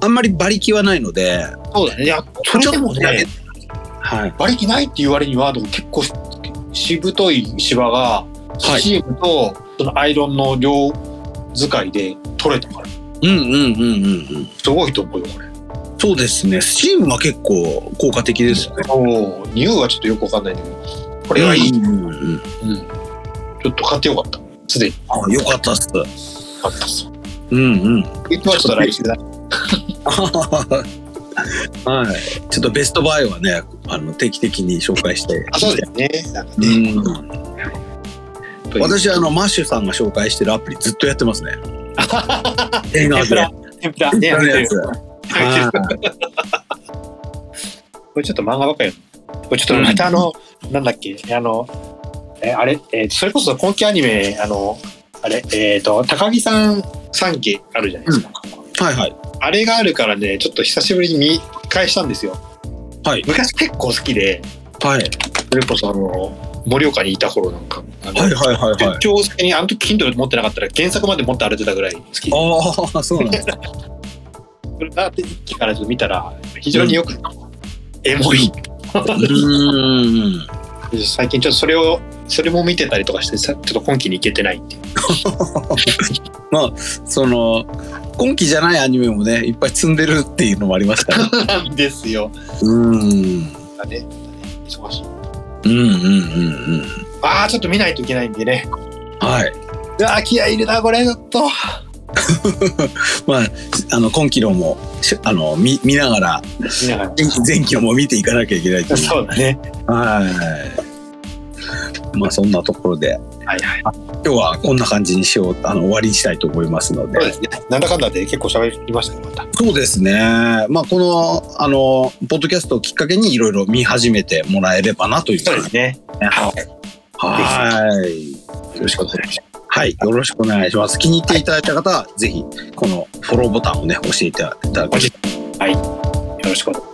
S1: あんまり馬力はないので、
S2: うそうだね。いや、それでも
S1: ちょっとや
S2: ね
S1: め、はい。
S2: 馬力ないって言われには、でも結構ししぶとい芝が、
S1: い
S2: スチームとそのアイロンの量使いで取れたから、
S1: うんうんうんうんうん。
S2: すごいと思うよ、これ。
S1: そうですね。スチームは結構効果的ですよね。
S2: おー、ニューはちょっとよくわかんないんだけど、これはいい。
S1: うんうんうん。
S2: うん。ちょっと買ってよかった。すでに
S1: あ、よかったっす。
S2: 買ったっす。
S1: うん <laughs> うん。
S2: 言ってました来週だ。
S1: はい。ちょっとベストバイはね、あの定期的に紹介して。
S2: あ、そうだよね。なんか
S1: う
S2: ね。
S1: ん。私あのマッシュさんが紹介してるアプリずっと <laughs> やってますね。映画
S3: 天ぷ
S1: で
S3: ら。天ぷら。ね、
S1: やる
S3: 入
S1: や
S3: ってる
S1: つ。はい
S2: これちょっと漫画ばっかり読むこれちょっとまたあの、なんだっけ、あの、え、あれ、えーそれこそ今期アニメ、あの、あれ、えっ、と、高木さん3期あるじゃないですか。
S1: はいはい。
S2: あれがあるからね、ちょっと久しぶりに見返したんですよ。
S1: はい
S2: 昔結構好きで、
S1: はい
S2: それこそあの、盛岡にいた頃なんか、あの、
S1: はいはいはいはい
S2: 出。張先にあの時 Kindle 持ってなかったら原作まで持って歩いてたぐらい好き
S1: <laughs>
S2: で
S1: ああ、そうなんです。
S2: それだって一期からちょっと見たら非常によく、エモい、
S1: うん。
S2: 最近ちょっとそれをそれも見てたりとかしてさちょっと今期に行けてないっていう
S1: その今期じゃないアニメもね、いっぱい積んでるっていうのもありますから。
S2: なんですよ
S1: うん。うん
S2: だね忙しい
S1: うんうんうん。
S2: ああちょっと見ないといけないんでね
S1: はい。
S2: うわー気合い入れたこれちょっと
S1: まああの今期のもしあの見見ながら
S2: 見ながら
S1: 前期前期のも見ていかなきゃいけないという。
S2: そうだね
S1: はい。まあそんなところで
S2: はいはい
S1: 今日はこんな感じにしようあの終わりにしたいと思いますので
S2: そう。ですねなんだかんだで結構喋りましたねまた
S1: そうですね。まあこのあのポッドキャストをきっかけにいろいろ見始めてもらえればなという
S2: そうですね
S1: はい。
S2: よろしくお願いしま
S1: はい、よろしくお願いします。気に入っていただいた方は、ぜひこのフォローボタンをね、押していただけたら
S2: すよろしくお願いします